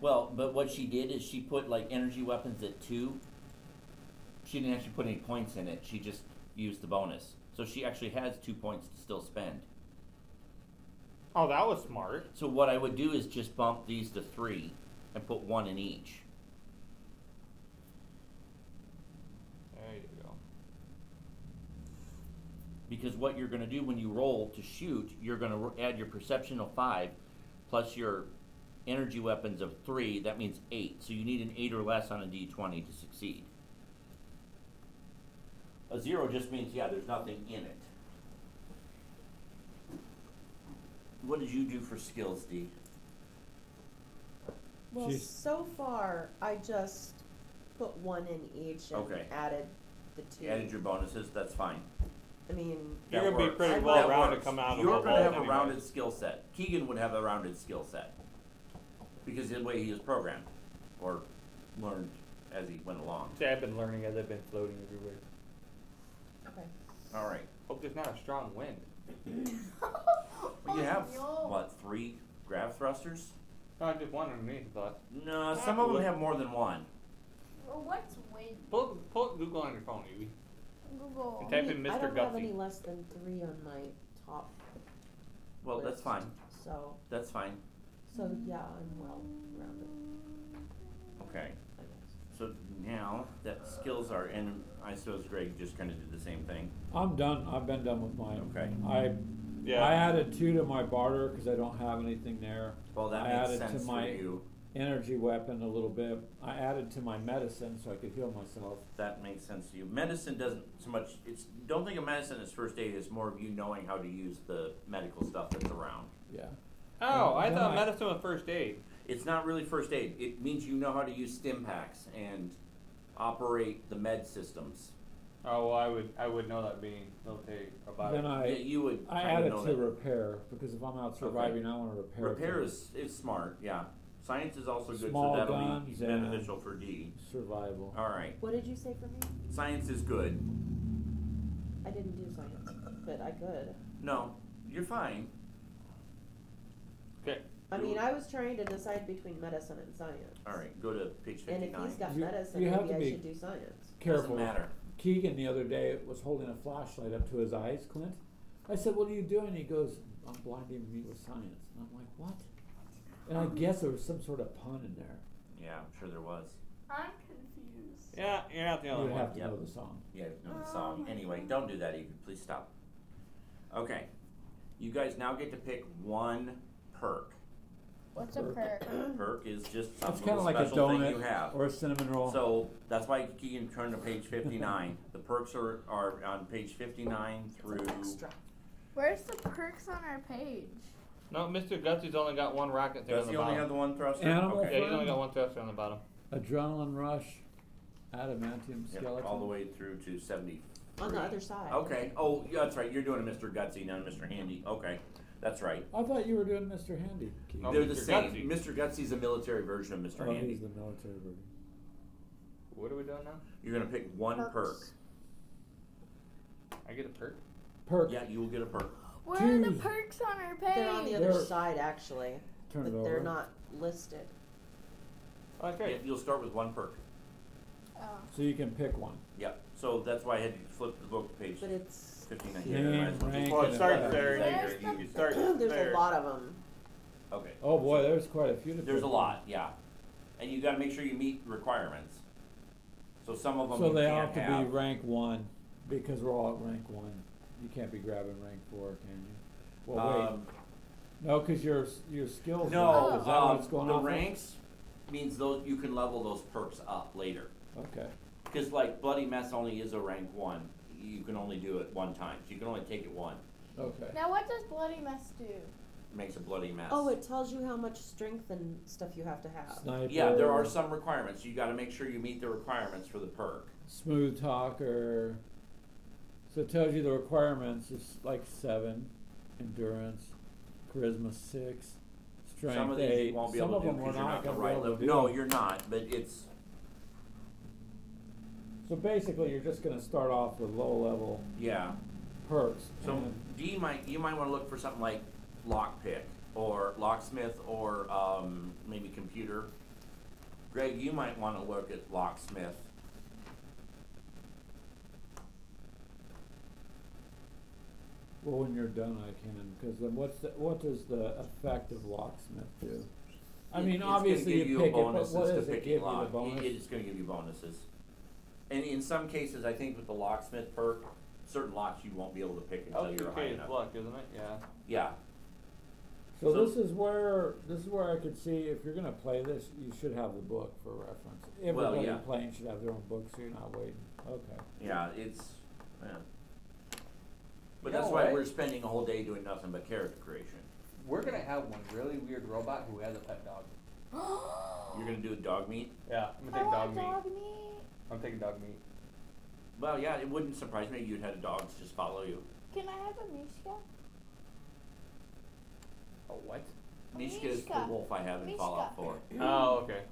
A: well, but what she did is she put like energy weapons at two. She didn't actually put any points in it, she just used the bonus. So she actually has two points to still spend.
F: Oh, that was smart.
A: So what I would do is just bump these to three and put one in each.
F: There you go.
A: Because what you're gonna do when you roll to shoot, you're gonna ro- add your perception of five, plus your energy weapons of three, that means eight, so you need an eight or less on a D twenty to succeed. A zero just means, yeah, there's nothing in it. What did you do for skills, D?
C: Well,
D: She's-
C: so far I just put one in each and
A: Okay.
C: added the two.
A: Added your bonuses, that's fine.
C: I mean,
F: You're
A: That
F: gonna be
A: works.
F: pretty
A: That
F: well rounded
A: works.
F: coming out of
A: You're
F: a
A: gonna
F: vault
A: have a
F: anyways.
A: rounded skill set. Keegan would have a rounded skill set. Because of the way he was programmed, or learned as he went along.
F: See, I've been learning as I've been floating everywhere.
C: okay.
A: Alright,
F: Hope there's not a strong wind.
A: well, you have,
E: no.
A: what, three grav thrusters?
F: No, I did one underneath, but
A: No, some of them
F: Probably.
A: have more than one.
E: Well, what's wind?
F: pull pull up Google on your phone, Evie.
E: Google.
F: Type in
C: I
F: Mr.
C: don't have any
F: Gutsy.
C: less than three on my top,
A: Well, that's
C: List.
A: fine,
C: so
A: that's fine,
C: so yeah, I'm well rounded.
A: okay.
C: I guess.
A: So now that skills are, and I suppose Greg just kinda did the same thing.
D: I'm done. I've been done with mine.
A: Okay.
D: I
F: Yeah.
D: I added two to my barter because I don't have anything there.
A: Well,
D: I
A: that makes
D: added to
A: sense for
D: my-
A: you,
D: Energy weapon a little bit. I added to my medicine so I could heal myself.
A: that makes sense to you. Medicine doesn't so much, it's, don't think of medicine as first aid, it's more of you knowing how to use the medical stuff that's around.
D: Yeah.
F: Oh, I
D: Then
F: thought
D: I-
F: medicine was first aid.
A: It's not really first aid. It means you know how to use stim packs and operate the med systems.
F: Oh well, I would I would know that being military about
D: Then
F: it.
A: Yeah,
D: I
A: you would
D: I
A: kinda
D: added
A: know
D: to
A: that.
D: repair because if I'm out surviving, I want to repair.
A: Repair
D: things.
A: is, is smart, yeah. Science is also good, so
D: Small
A: that'll be
D: guns and-
A: beneficial for D.
D: survival.
A: All right,
C: What did you say for me?
A: science is good.
C: I didn't do science, but I could.
A: No, you're fine.
C: I
A: Do-
C: mean, I was trying to decide between medicine and science.
A: All right, go to page
C: And if
A: fifty-nine.
C: he's got
D: You-
C: medicine,
D: you have
C: maybe
D: to
C: I
D: be-
C: should do science.
D: Careful.
A: Doesn't matter.
D: Keegan the other day was holding a flashlight up to his eyes, Clint. I said, What are you doing? He goes, I'm blinding me with science. And I'm like, What? And I guess there was some sort of pun in there.
A: Yeah, I'm sure there was.
E: I'm confused.
F: Yeah, you're not the
D: You
F: only
D: would
F: one.
D: have to
A: Yep.
D: know the song.
A: Yeah, no the
E: Oh
A: song.
E: my
A: Anyway,
E: God.
A: don't do that, Evie. Please stop. Okay, you guys now get to pick one perk.
E: What's a perk?
A: Perk is just some
D: It's kind
A: little
D: of like a
A: special thing you have.
D: donut or a cinnamon roll.
A: So that's why you can turn to page fifty-nine. The perks are, are on page fifty-nine through,
C: Extra.
E: Where's the perks on our page?
F: No, Mr. Gutsy's only got one rocket thing
A: does
F: on
A: he
F: the
A: only
F: bottom.
A: have the one thruster?
D: Animal
A: Okay.
F: yeah, he's only got one thruster on the bottom.
D: Adrenaline rush, adamantium
A: Yep,
D: skeleton.
A: all the way through to seventy-three.
C: On the other side.
A: Okay, oh, yeah, that's right, you're doing a Mr. Gutsy, not a Mr. Handy, okay, that's right.
D: I thought you were doing Mr. Handy. Keegan.
F: Oh,
A: They're the
F: Mr.
A: same,
F: Gutsy.
A: Mr. Gutsy's a military version of Mr.
D: Oh, he's
A: Handy.
D: the military version.
F: What are we doing now?
A: You're gonna pick one perk.
E: Perks.
F: I get a perk.
D: Perk.
A: Yeah, you will get a perk.
E: Where are the
D: Dude.
E: perks on our page?
C: They're on the other
D: They're-
C: side, actually,
D: Turn it
C: but
D: over.
C: they're not listed.
F: Oh, that's great.
A: If You'll start with one perk.
E: Oh.
D: So you can pick one.
A: Yep. So that's why I had you flip the book to page
C: But it's
A: 15 and
C: here.
A: here. Might as
D: Name,
A: well just-
D: rank,
F: Well,
D: and
F: start
D: letter.
F: there.
B: Where's
F: you
B: the-
F: can start
C: There's
F: there.
C: a lot of them.
A: Okay.
D: Oh boy, there's quite a few to
A: There's
D: pick
A: a
D: from.
A: lot, yeah. And you gotta make sure you meet requirements. So some of them
D: So
A: you
D: they
A: can't
D: ought to be
A: have.
D: rank one, because we're all at rank one. You can't be grabbing rank four, can you? Well,
A: Um,
D: wait, no, cause your, s- your skills.
A: No,
D: is that what
A: um,
D: it's going
A: the
D: off of?
A: ranks means those, you can level those perks up later.
D: Okay,
A: Cause like Bloody Mess only is a rank one, you can only do it one time, so you can only take it one,
D: okay.
B: Now, what does Bloody Mess do?
A: makes a bloody mess.
C: Oh, it tells you how much strength and stuff you have to have.
D: Sniper.
A: Yeah, there are some requirements, you gotta make sure you meet the requirements for the perk.
D: Smooth talker. So it tells you the requirements, it's like seven, endurance, charisma six,
A: Some of
D: strength
A: these you
D: eight.
A: won't be
D: Some
A: able
D: of
A: to do
D: them we're
A: because you're not
D: not
A: the
D: gonna
A: right
D: be able to do.
A: level. No, you're not, but it's,
D: So basically, you're just gonna start off with low level
A: yeah.
D: perks.
A: So
D: and-
A: D might, you might wanna look for something like lockpick or locksmith or, um, maybe computer. Greg, you might wanna look at locksmith.
D: Well, when you're done, I can, because then what's, the- what does the effect of locksmith do? I
A: It-
D: mean,
A: it's gonna
D: obviously
A: give
D: you
A: a
D: pick it, but
A: bonus
D: what
A: as to
D: does it
A: picking
D: give you, the
A: lock. It-
D: bonus?
A: It is gonna give you bonuses. And in some cases, I think with the locksmith perk, certain locks you won't be able to pick until you're high
F: Okay, it's
A: enough.
F: luck, isn't it? Yeah.
A: Yeah,
D: So
A: So-
D: this is where, this is where I could see, if you're gonna play this, you should have the book for reference.
A: Well,
D: Everybody
A: yeah.
D: playing should have their own book, so you're not waiting, okay.
A: yeah, it's, yeah. But
F: You know
A: that's why
F: what?
A: we're spending a whole day doing nothing but character creation.
F: We're gonna have one really weird robot who has a pet dog.
A: You're gonna do dog meat?
F: Yeah, I'm
B: I
C: Oh,
F: gonna take
B: want
F: dog meat.
B: dog meat.
F: I'm taking dog meat.
A: Well, yeah, it wouldn't surprise me you'd had a dog just follow you.
B: Can I have a Mishka?
F: Oh, what?
A: Mishka is the
B: Mishka.
A: wolf I have in Fallout
B: Mishka.
A: Four.
F: Oh, okay.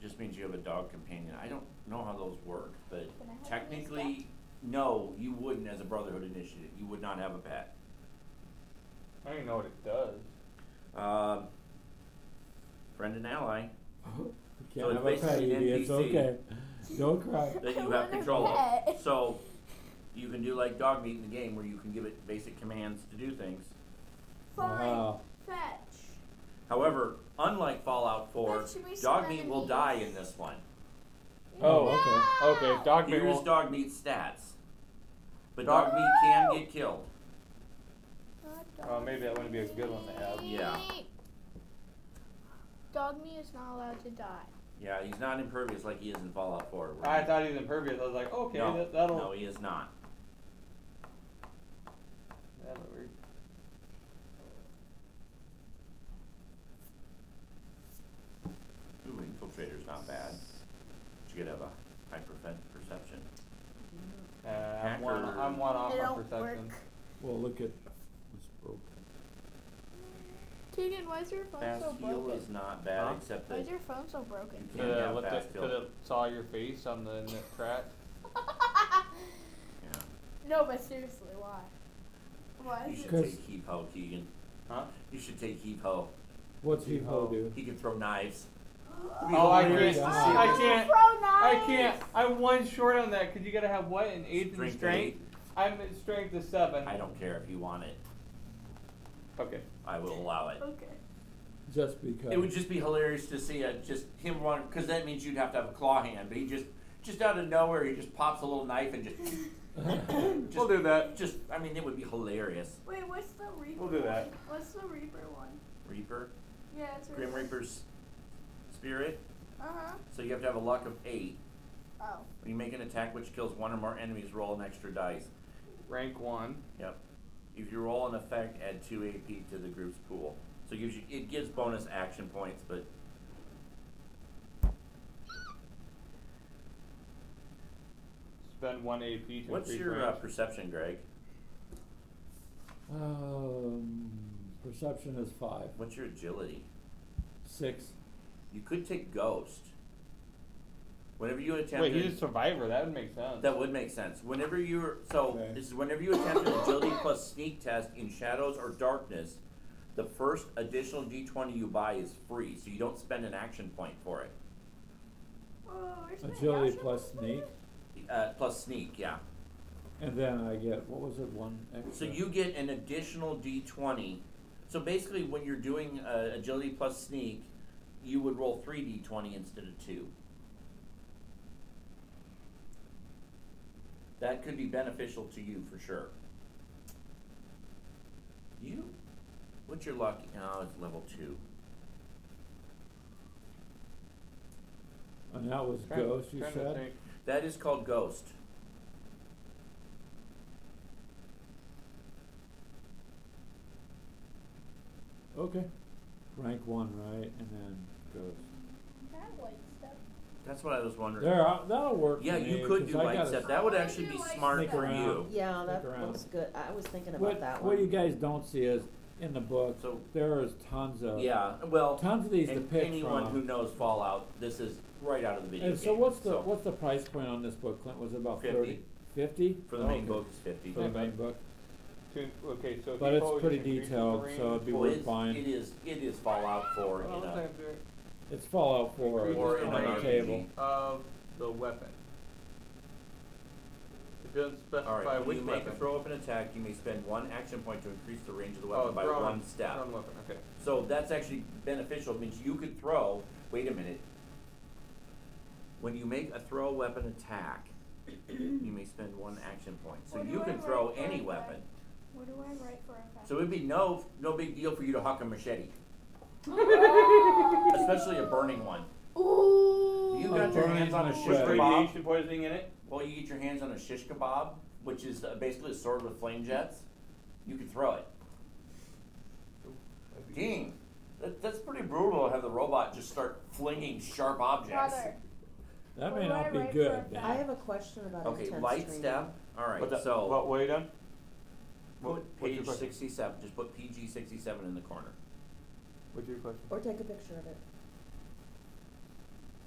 A: Just means you have a dog companion. I don't know how those work, but
B: Can I have a Mishka?
A: technically, no, you wouldn't as a Brotherhood initiative. You would not have a pet.
F: I don't even know what it does.
A: Um, friend and ally
D: You
A: it's
D: can't have a
A: basically
D: pet,
A: an
D: Edie, it's
A: NPC.
D: okay, don't cry.
A: that
B: I
A: you have
B: want a
A: control of.
B: pet.
A: So you can do like dog meat in the game where you can give it basic commands to do things.
B: Fine.
D: Wow.
B: Fetch.
A: However, unlike Fallout 4,
B: Fetch me some
A: dog meat will
B: enemies.
A: die in this one.
D: Oh,
C: Ah!
B: No!
F: Okay, dog meat.
A: Here's
F: won't-
A: dog meat stats. But
F: Dog-
A: dog meat can get killed.
B: Not
F: Oh,
B: dog
F: maybe that wouldn't be a good one to have.
A: Yeah.
B: meat. Dog meat is not allowed to die.
A: Yeah, he's not impervious like he is in Fallout 4. where
F: I
A: he-
F: thought he was impervious. I was like, okay,
A: no,
F: that, that'll.
A: no, he is not.
F: That'll work.
A: Ooh, infiltrator's not bad. But you could have a high perfe- perception.
F: Uh, I'm one.
A: Hacker.
F: I'm one off
B: It
F: on
B: don't
F: perception.
B: work.
D: Well, look at, it's broken.
E: Keegan, why is your phone
A: Fast
E: so
A: heal
E: broken?
A: is not bad,
F: Huh?
A: except
E: Why
A: that
E: is your phone so broken?
A: You can't have
F: looked
A: fast
F: at-
A: heal.
F: could've saw your face on the net crack.
A: Yeah.
E: No, but seriously, why? Why
A: You
E: is
A: should
E: it?
D: Cause-
A: take Heap Ho, Keegan.
F: Huh?
A: You should take Heap Ho.
D: What's he
F: Oh.
D: do?
A: He can throw knives.
F: Oh, I
D: hilarious
F: can't.
D: to
B: Oh,
D: see.
F: I can't.
B: Pro
F: I
B: knives.
F: can't. I'm one short on that because you gotta have what an eighth in
A: Strength
F: strength. I'm at strength of seven.
A: I don't care if you want it.
F: Okay.
A: I will allow it.
E: Okay.
D: Just because.
A: It would just be hilarious to see a, just him run, because that means you'd have to have a claw hand. But he just, just out of nowhere, he just pops a little knife and just, just
F: We'll do that.
A: Just, I mean, it would be hilarious.
E: Wait, what's the Reaper
F: We'll do that.
E: one? What's the Reaper one?
A: Reaper,
E: Yeah, it's
A: Grim Reaper's spirit.
E: Uh huh.
A: So you have to have a luck of eight.
E: Oh.
A: When you make an attack which kills one or more enemies, roll an extra dice.
F: Rank one.
A: Yep. If you roll an effect, add two AP to the group's pool. So it gives you it gives bonus action points, but
F: Spend one AP to
A: what's
F: increase
A: your uh,
F: range.
A: perception, Greg?
D: Um, perception is five,
A: What's your agility?
D: six.
A: You could take ghost. Whenever you attempt
F: Wait,
A: an-
F: he's a survivor. That would make sense.
A: that would make sense. Whenever you're so
D: Okay.
A: this is whenever you attempt an agility plus sneak test in shadows or darkness, the first additional D20 you buy is free, so you don't spend an action point for it.
E: Whoa, is my
D: Agility
E: action
D: plus
E: for
D: sneak,
E: it?
A: Uh, plus sneak, yeah.
D: and then I get, what was it, one
A: So
D: extra?
A: you get an additional D20. So basically, when you're doing uh, agility plus sneak, you would roll three D20 instead of two. That could be beneficial to you for sure. You, what's your luck? Oh, it's level two.
D: And that was
F: Trying-
D: ghost, you
F: trying to
D: said?
F: think.
A: That is called ghost.
D: Okay. Rank one, right, and then ghost.
B: That white stuff.
A: That's what I was wondering.
D: There, I- that'll work
A: yeah,
D: for
A: you
D: me,
A: could
D: 'cause
A: do
D: I
A: light
D: gotta-
A: step. That would
E: I
A: actually
E: do
A: be
E: light
A: smart
D: step.
A: for
D: Stick around.
A: you.
C: Yeah, that
D: around.
C: looks good. I was thinking about
D: What,
C: that one.
D: what you guys don't see is, in the book,
A: So-
D: there is tons of,
A: Yeah, well,
D: tons of these to
A: and
D: pick from.
A: anyone who knows Fallout, this is right out of the video
D: And so
A: game,
D: what's the, what's the price point on this book, Clint, was it about
A: Fifty.
D: thirty? Fifty?
A: for the main
D: Okay.
A: book it's fifty.
D: For the main book,
F: To, okay, so if
D: but
F: you
D: it's
F: probably
D: pretty
F: increase the
D: detailed,
F: range-
D: so it'd be
A: Well,
D: worth
A: it's-
D: buying.
A: It is it is Fallout four in
F: Well,
A: a,
F: let's have the-
D: It's Fallout Four
F: Increase
A: or
F: the
A: in
D: on
A: an
D: the
F: range
D: table.
F: Of the weapon. It doesn't
A: All
F: specify
A: right, when
F: which
A: you make
F: weapon.
A: a throw up an attack, you may spend one action point to increase the range of the
F: Oh,
A: weapon by
F: thrown-
A: one step.
F: thrown weapon, okay.
A: So that's actually beneficial. It means you could throw. Wait a minute. When you make a throw weapon attack, you may spend one action point. So
E: What
A: you
E: do I
A: can throw
E: roll for
A: any
E: that?
A: weapon.
E: What do I write for a fact?
A: So it'd be no no big deal for you to huck a machete, especially a burning one.
B: Ooh.
A: You
D: A
A: got your
D: burning
A: hands on a
D: machete.
A: shish
F: With
A: kebab.
F: radiation poisoning in it?
A: Well, you get your hands on a shish kebab, which is uh, basically a sword with flame jets. You can throw it. Dang, that, that's pretty brutal to have the robot just start flinging sharp objects.
E: Brother.
D: That
E: Well,
D: may
E: why
D: not be
E: write for
D: good.
E: a
D: Dan.
C: I have a question about
A: Okay,
C: intense
A: light
C: training.
A: step. All right,
F: What the-
A: so
F: What weight on?
A: put
F: What- what's your
A: page
F: question?
A: sixty-seven. Just put PG sixty-seven in the corner.
F: What's your question?
C: Or take a picture of it.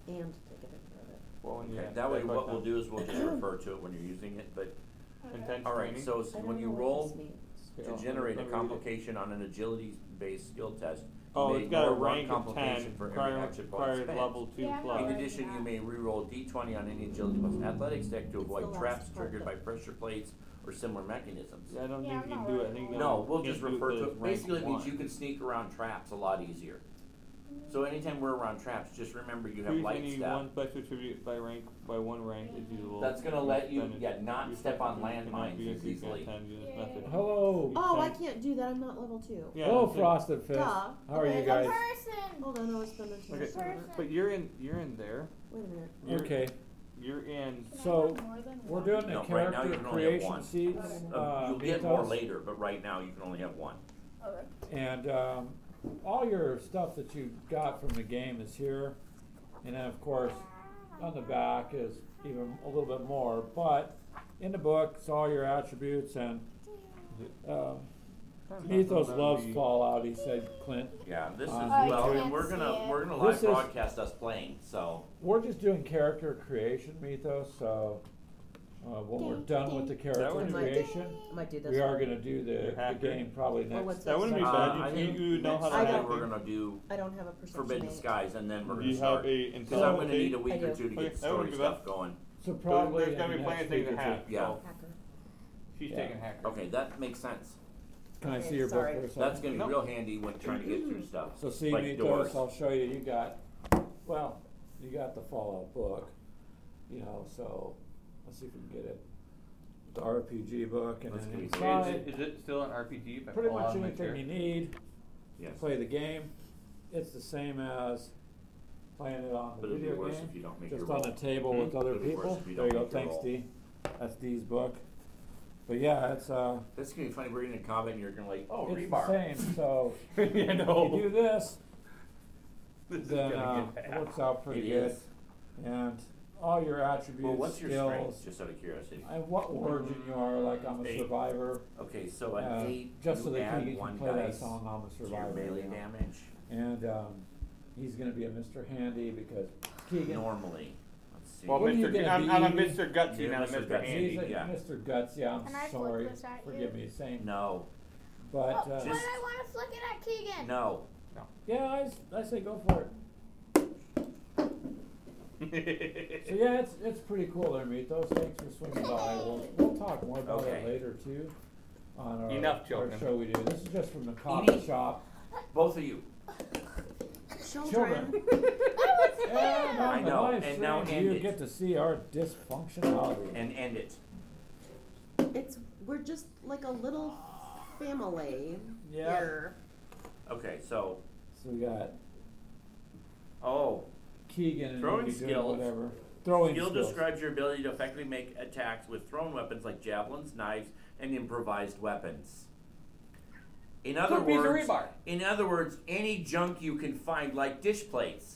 C: And take a picture of it.
F: Well, when you-
A: Okay, that way,
F: that's
A: what
F: fine.
A: we'll do is we'll just refer to it when you're using it. But
F: Intense
A: all right,
F: training?
A: so s-
C: I don't
A: when
C: know
A: you
C: what
A: roll
C: this means.
F: Here, I'll-
A: to generate a
F: I'll read it.
A: complication on an agility-based skill test, you
F: Oh,
A: may
F: it's got a
A: ignore one
F: rank of
A: complication
F: ten,
A: for every
F: prior,
A: action point
F: prior
A: spent.
F: level two
E: Yeah, I
F: plus.
E: know.
A: In addition, you may re-roll d20 on any agility plus athletics deck to
C: It's the
A: avoid
C: last
A: traps
C: part
A: triggered
C: that-
A: by pressure plates or similar mechanisms.
F: Yeah, I don't
E: Yeah,
F: think
E: I'm
F: you
E: not
F: do it, I
E: worried.
F: think. that
A: No,
F: one-
A: we'll
F: you
A: just
F: do it
A: refer
F: with
A: to it,
F: rank
A: basically it means
F: one.
A: you can sneak around traps a lot easier. So anytime we're around traps, just remember you have
F: Choose
A: light
F: any
A: step.
F: one special attribute by rank, by one rank is usable.
A: That's gonna let you,
F: Spend it.
A: yeah, not
F: Your
A: step on
F: attribute cannot
A: landmines
F: be
A: as
F: increased
A: easily.
F: anytime you do this
E: Yeah.
F: method.
D: Hello,
C: Oh, I
F: Thanks.
C: can't do that. I'm not level two.
F: Yeah,
D: hello,
F: that's it.
D: Frosted Fist.
C: Duh.
D: How are
C: Okay,
D: you
C: I'm
D: guys?
E: A person.
C: Hold on, I was spending too much
F: Okay,
C: time.
E: Person.
F: but you're in, you're in there,
C: Wait a minute.
F: you're,
D: Okay,
F: you're
E: Can
F: in,
E: I
D: So,
E: have more than
D: we're
E: one?
A: No,
D: doing the
A: right now you
D: character
A: can only have
D: creation
A: one.
D: seats.
E: Okay.
A: Uh,
D: uh,
A: You'll get more
D: ethos,
A: later, but right now you can only have one.
E: Okay.
D: And um, all your stuff that you got from the game is here, and then of course on the back is even a little bit more. But in the book, it's all your attributes and. Um, Ethos loves Fallout, he said, Clint.
A: Yeah, this is,
D: Uh, I
A: well, and
E: can't
A: we're
E: see
A: gonna,
E: it.
A: we're gonna live
D: This is-
A: broadcast us playing, so.
D: We're just doing character creation, Mythos, so uh, when we're done with the
F: That
D: character
F: would be-
D: creation,
C: I might do this.
D: we are
C: one.
D: gonna do the, the
F: Hacker.
D: game probably
C: Well,
D: next.
C: what's That wouldn't be
D: session.
F: bad.
A: Uh,
F: You-
A: I think
F: you- you know
A: next
F: how
C: to
A: Saturday
C: hack
A: we're
F: it.
A: gonna do
C: I don't have a perception.
A: Forbidden
C: aid.
A: Skies, and then we're
F: You
A: gonna
F: have
A: start.
F: a
A: Cause I'm
F: intelligence
A: gonna need a week
C: I
A: or two
C: do.
A: to
F: Okay,
A: get
F: that would
A: story
F: be
A: stuff
F: bad.
A: going.
D: So
F: So
D: probably
F: there's
D: in the
F: gonna be plenty
D: next
F: of
D: week
F: things
D: or
F: to hack,
D: two.
A: Yeah.
F: so
C: Hacker.
F: she's
D: Yeah.
F: taking hacker.
A: Okay, that makes sense.
D: Can I
C: Okay,
D: see your book
C: sorry.
D: for a second?
A: That's gonna be
F: Nope.
A: real handy when trying to get
C: Mm-hmm.
A: through stuff.
D: So see,
A: like
D: Mythos,
A: doors.
D: I'll show you, you got, well, you got the Fallout book, you know, so, let's see if we can get it. The RPG book and
A: Let's
D: then
A: get it.
F: Is
D: inside,
F: it, is it still an RPG? if I
D: pretty
F: fall
D: much
F: on my chair?
D: anything you need.
A: Yes,
D: play the game. It's the same as playing it on the
A: but it'd be
D: video
A: worse
D: game,
A: if you don't make your
D: just on
A: roll.
D: a table with
F: Hmm.
D: other
A: It'd be worse
D: people.
A: if you
D: There you go.
A: don't make your
D: Thanks,
A: roll.
D: Dee. That's Dee's book. But yeah, it's uh,
A: That's gonna be funny, we're gonna comment and you're gonna like, oh,
D: it's
A: rebar.
D: the same. So
F: I know.
D: if you do this,
F: This is
D: then uh,
F: gonna get
D: it
F: bad.
D: works out pretty
A: It
D: good.
A: is.
D: And all your attributes,
A: Well, what's your strength,
D: skills,
A: just out of curiosity?
D: and what origin you are. Like I'm a
A: Eight.
D: survivor.
A: Okay, so
D: uh,
A: an eight,
D: just so
A: you
D: they
A: add
D: can you
A: one
D: can play that
A: dice
D: song. I'm a
A: to
D: survivor.
A: your melee
D: you know.
A: damage,
D: and um, he's going to be a Mr. Handy because Keegan.
A: normally, let's see.
F: Well,
D: What are you
F: Mr.
D: gonna
F: I'm, I'm a
D: be?
F: Mr. Gutsy,
A: You're
F: not a
A: Mr.
F: Mr.
A: Gutsy.
F: Handy.
D: He's a
A: yeah.
D: Mr. Guts. Yeah, I'm
E: Can I flip
D: sorry.
E: this at
D: Forgive
E: you?
D: me. Saying
A: No,
D: But
B: oh,
D: uh,
B: but
A: Just-
B: I want to flick it at Keegan.
A: No.
D: yeah, I, s- I say go for it. So
F: yeah.
D: yeah, it's it's pretty cool there, Mitos. Thanks for swinging by. We'll we'll talk more about
A: Okay.
D: it later too. On our,
F: Enough
D: our
F: joking.
D: show we do. This is just from the coffee
A: Edie.
D: shop.
A: Both of you.
D: Children. Yeah,
A: I
D: now the
A: know,
D: live
A: and now
D: stream, you
A: end it.
D: get to see our dysfunctionality.
A: And end it.
C: It's we're just like a little family
D: Yeah.
C: here.
A: Okay, so
D: So we got
A: oh,
D: Keegan and
A: Throwing
D: Ruby doing
A: skills.
D: whatever. Throwing
A: skill
D: skills.
A: describes your ability to effectively make attacks with thrown weapons like javelins, knives, and improvised weapons. In other
F: Could be the
A: words,
F: rebar.
A: in other words, any junk you can find, like dish plates.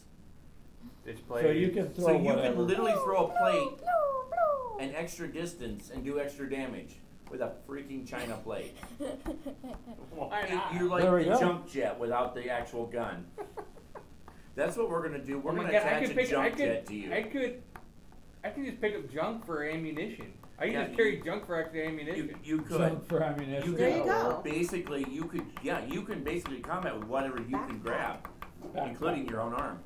F: It's
D: so you can throw
A: so you
D: whatever.
A: can literally throw a
B: Blow,
A: plate
B: blow.
A: an extra distance and do extra damage with a freaking china plate.
F: Why
A: You-
F: not?
A: You're like
D: There we
A: the
D: go.
A: jump jet without the actual gun. That's what we're gonna do. We're
F: Oh my
A: gonna
F: God, I
A: attach
F: could
A: a
F: pick- I
A: jump
F: could,
A: jet to you.
F: I could, I could just pick up junk for ammunition. I can
A: Yeah,
F: just carry
A: you-
F: junk for extra ammunition.
A: you, you could.
D: Jump for ammunition.
A: You
C: There
A: could
C: you go.
A: basically you could yeah, you can basically combat with whatever you can grab,
D: Back
A: including your own arm.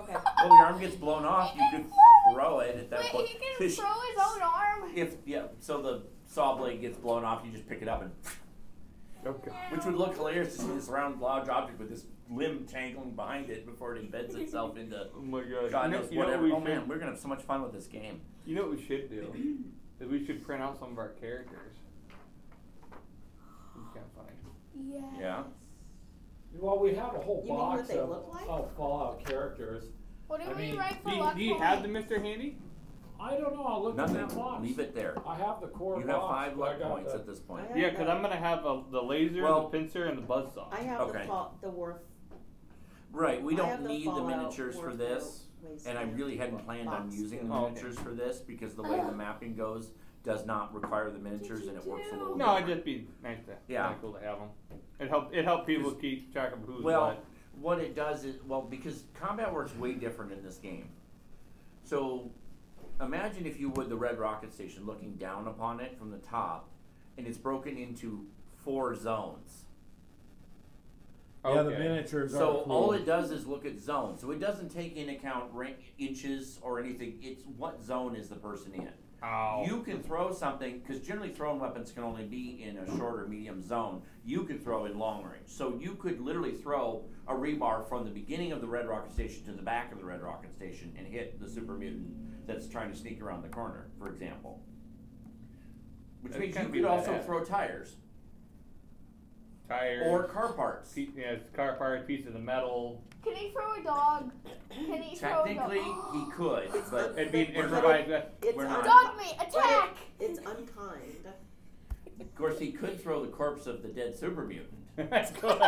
C: Okay.
A: Well Oh, your arm gets blown off, you could throw it at that
B: Wait,
A: point.
B: he can throw his own arm.
A: If yeah, so the saw blade gets blown off, you just pick it up and
F: Oh,
A: Which would look hilarious to see this round, large object with this limb tangling behind it before it embeds itself into
F: Oh my gosh.
A: God
F: you know,
A: knows
F: you know
A: whatever.
F: what we
A: Oh
F: should,
A: man, we're gonna have so much fun with this game.
F: You know what we should do? is we should print out some of our characters. It's kind of funny.
B: Yes.
A: Yeah.
D: Well, we have a whole
C: You mean what
D: box
C: they
D: of,
C: look like?
D: of Fallout characters.
B: What do
D: I
B: we
D: mean,
B: write for
F: Do you,
B: luck
F: do you
B: point?
F: have the Mr. Handy?
D: I don't know. I'll look in that box.
A: Nothing. Leave it there.
D: I have the core
A: You have
D: box,
A: five
D: but I
A: luck
D: got
A: points
D: the-
A: at this point.
C: I
F: Yeah,
C: have
F: because
C: the-
F: I'm gonna have a, the laser,
A: Well-
F: the pincer, and the buzzsaw.
C: I have
A: Okay.
C: the fa- the war.
A: Right. We
C: I have
A: don't
C: the
A: need the
C: Fallout
A: miniatures for
C: Warfare
A: this, and I
C: wasteland
A: really hadn't planned on
C: box.
A: using the
F: Oh, okay.
A: miniatures for this because the way the mapping goes does not require the miniatures, and it works a little.
F: No, it'd
A: different.
F: just be nice to,
A: Yeah.
F: kinda cool to have them. It helped. It helped people
A: Is-
F: keep track of who's
A: Well,
F: what.
A: what it does is well because combat works way different in this game. So imagine if you would the Red Rocket Station looking down upon it from the top, and it's broken into four zones.
D: Yeah,
F: Okay.
D: the miniatures are
A: So
D: cool.
A: all it does is look at zones. So it doesn't take into account rank, inches or anything. It's what zone is the person in.
F: Ow.
A: You can throw something because generally thrown weapons can only be in a short or medium zone. You can throw in long range. So you could literally throw a rebar from the beginning of the Red Rocket Station to the back of the Red Rocket Station and hit the super mutant that's trying to sneak around the corner, for example. Which
F: That's
A: means you
F: kinda
A: could also
F: badass.
A: throw tires
F: tires.
A: or car parts.
F: Pe- yeah, it's car parts, piece of the metal.
B: Can he throw a dog? Can he throw a dog?
A: Technically, he could, but
F: It'd be an
A: We're not-
F: improvised.
C: It's
A: We're
C: un-
A: not-
B: Dog me! Attack!
C: It's unkind.
A: Of course, he could throw the corpse of the dead super mutant.
F: That's good.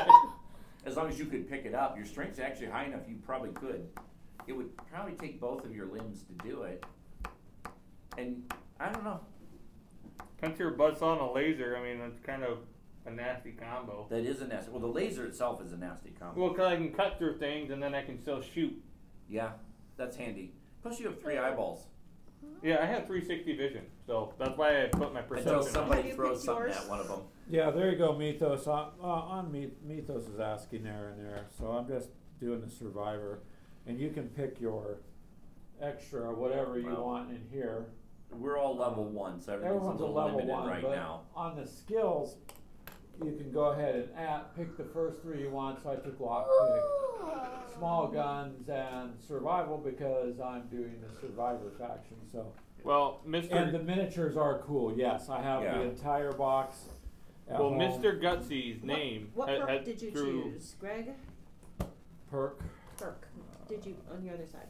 A: As long as you could pick it up, your strength's actually high enough, you probably could. It would probably take both of your limbs to do it. And I don't know.
F: Pincer, buzzsaw, and a laser. I mean, it's kind of a nasty combo.
A: That is a nasty. Well, the laser itself is a nasty combo.
F: Well, 'cause I can cut through things and then I can still shoot.
A: yeah, that's handy. Plus, you have three eyeballs
F: Yeah, I have 360 vision, so that's why I put my perception.
A: until
F: on.
A: somebody
C: Have you
A: throws
C: picked
A: something
C: yours?
A: at one of them.
D: Yeah, there you go, Mythos. On, uh, on Me- Mythos is asking there and there, so I'm just doing the survivor, and you can pick your extra or whatever you
A: Wow.
D: want in here.
A: We're all
F: Uh,
A: level one, so everything's
D: Everyone's
A: a
D: a
A: little
D: level
A: limited
D: one,
A: right
D: but
A: now.
D: on the skills, you can go ahead and add, pick the first three you want. So I took lock pick, small guns, and survival because I'm doing the survivor faction. So
F: Well, Mister.
D: and the miniatures are cool. Yes, I have
A: Yeah.
D: the entire box. at
F: well,
D: home.
F: Mr. Gutsy's
C: What-
F: name.
C: What,
F: had-
C: perk
F: had
C: did you
F: through-
C: choose, Greg?
D: perk.
C: Perk. Did you on your other side?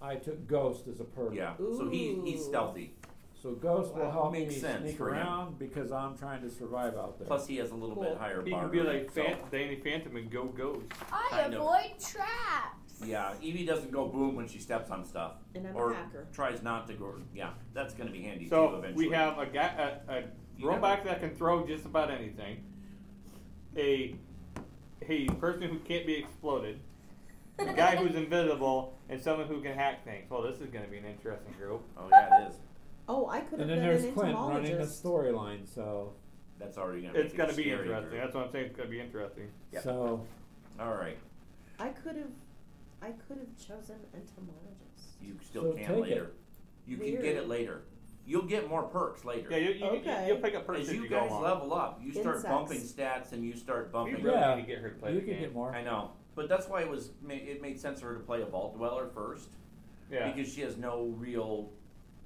D: I took Ghost as a perk.
A: Yeah, so he, he's
C: Ooh.
A: stealthy.
D: So Ghost will
A: Wow.
D: help
A: Makes
D: me
A: sense
D: sneak
A: for him.
D: around because I'm trying to survive out there.
A: Plus, he has a little bit
C: Cool.
A: higher
F: He
A: bar
F: could be
A: rate,
F: like
A: so-
F: Fan- Danny Phantom and go ghost.
B: I
A: Kind of.
B: avoid traps.
A: Yeah, Evie doesn't go boom when she steps on stuff.
C: And I'm
A: or
C: a hacker.
A: tries not to go. Yeah, that's going to be handy too
F: So
A: eventually.
F: we have a guy, a, a
A: You
F: robot that can throw just about anything. A a person who can't be exploded. A guy who's invisible and someone who can hack things. Well, this is going to be an interesting group.
A: Oh yeah, it is.
C: Oh, I could
D: and then
C: have been
D: there's
C: an
D: Clint running the
C: entomologist.
D: storyline. So
A: That's already gonna. make
F: It's
A: it
F: gonna be
A: scarier.
F: interesting. That's what I'm saying. It's gonna be interesting.
A: Yeah.
D: So
A: All right,
C: I could have, I could have chosen entomologist.
A: you still
D: So take
A: can
D: it.
A: later. You can get
C: Weird.
A: it later. You'll get more perks later.
F: Yeah, you, you,
C: Okay.
F: you, will pick up person
A: As you,
F: go
A: guys
F: along.
A: level up, you start
C: Insects.
A: bumping stats and you start
F: we
A: bumping.
F: really
D: Yeah.
F: need to get her to play
D: you
F: the
D: can
F: game.
D: get more.
A: I know, but that's why it was. ma- It made sense for her to play a vault dweller first
F: yeah.
A: because she has no real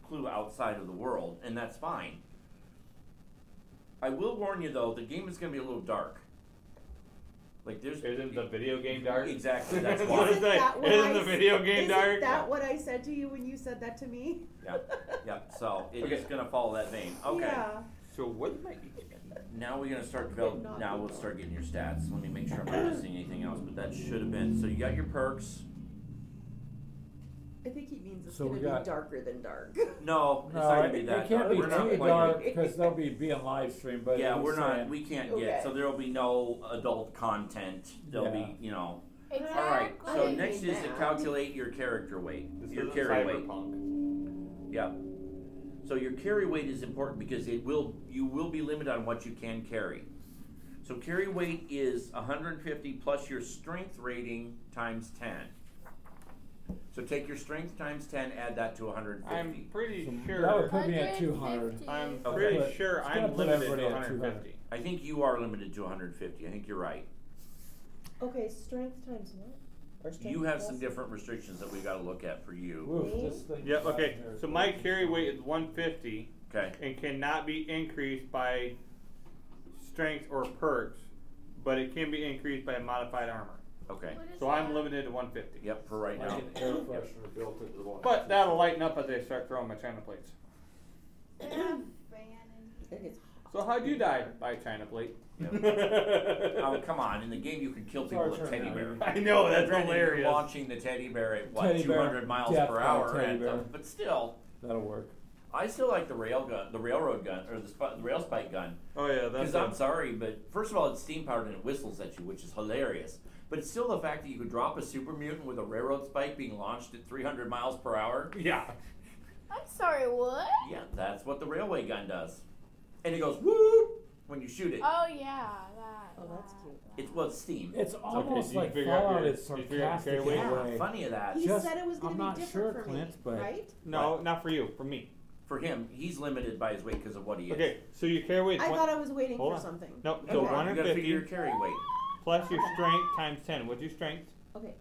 A: clue outside of the world, and that's fine. I will warn you though, the game is going to be a little dark. Like there's
F: Isn't the video game dark?
A: Exactly, that's
F: That's
A: why.
F: what I'm
C: Isn't
F: saying.
C: that what
F: Isn't
C: I
F: the
C: s-
F: video game
C: Isn't
F: dark?
C: that what I said to you when you said that to me?
A: Yeah. Yep. So it's
F: Okay.
A: going to follow that vein. Okay.
C: Yeah.
F: So what might
A: Now we're gonna start develop.
C: Not
A: Now
C: good.
A: we'll start getting your stats. Let me make sure I'm not missing anything else. But that should have been. So you got your perks.
C: I think he means it's
D: So
C: gonna
D: we
C: be
D: got-
C: darker than dark.
A: No, it's not
D: No,
A: gonna be
D: it-
A: that
D: it can't
A: dark.
D: be
A: we're not
D: too
A: playing-
D: dark because they'll be being live streamed. But
A: yeah,
D: I'm
A: we're not.
D: saying-
A: We can't
C: Okay.
A: get. So there'll be no adult content. There'll be, you know.
B: Exactly.
A: All right.
C: I
A: So
C: didn't
A: next
C: mean
A: is to
C: that.
A: calculate your character weight.
F: This
A: your
F: isn't
A: carry weight.
F: cyberpunk.
A: Yeah. So your carry weight is important because it will you will be limited on what you can carry. So carry weight is 150 plus your strength rating times 10. So take your strength times 10, add that to 150.
F: I'm pretty
D: So that would
F: sure.
D: put me at 200.
B: 150.
F: I'm
A: Okay.
F: pretty
D: But
F: sure
D: it's gotta
F: I'm
D: put
F: limited
D: everybody
F: to
D: at
F: 150.
A: I think you are limited to 150. I think you're right.
C: Okay, strength times what? Or strength
A: You have
C: plus-
A: some different restrictions that we got to look at for you.
D: Woof, this thing
F: Yeah.
D: is not
F: Okay.
D: very
F: So my
D: good.
F: carry weight is 150
A: Okay.
F: and cannot be increased by strength or perks, but it can be increased by modified armor.
A: Okay.
B: What is
F: So I'm
B: that?
F: limited to 150.
A: Yep, for right
D: Like
A: now.
D: an air freshener built into the water.
F: But that'll lighten up as I start throwing my china plates.
B: They have fan
C: I think it's
F: So how'd you die by china plate?
A: Oh, come on. In the game, you can kill
D: It's our
A: people with
D: turn
A: teddy
D: now.
A: bear.
F: I know that's
A: And you're
F: hilarious.
A: Launching the teddy bear at what
D: Teddy bear,
A: 200 miles
D: death
A: per
D: by
A: hour,
D: teddy
A: at the,
D: bear.
A: but still,
D: That'll work.
A: I still like the rail gun, the railroad gun, or the, sp- the rail spike gun.
F: Oh yeah, that's
A: Because I'm sorry, but first of all, it's steam powered and it whistles at you, which is hilarious. But it's still the fact that you could drop a super mutant with a railroad spike being launched at 300 miles per hour.
F: yeah.
B: I'm sorry, what?
A: Yeah, that's what the railway gun does, and it goes whoop when you shoot it.
B: Oh, yeah. That,
C: Oh, that's
B: that,
C: cute.
B: that.
A: It's well, it's steam.
D: It's almost
F: did you
D: like
F: figure out
D: Fallout
F: your-
D: is
F: did you figure out
D: sarcastic
F: your
D: in
F: carry
D: a
F: weight?
A: yeah,
D: way.
A: funny of that
C: He
D: Just-
C: said it was gonna
D: I'm
C: be
D: not
C: different
D: sure,
C: for
D: Clint,
C: me,
D: but-
C: right?
F: No, not for you. For me.
A: for him. He's limited by his weight because of what he is.
F: Okay, so your carry weight.
C: I thought I was waiting
F: Hold
C: for
F: on.
C: something.
F: no,
A: Come
F: so
A: on, you gotta
F: 150
A: figure your carry weight.
F: plus your strength times 10. What's your strength?
C: Okay.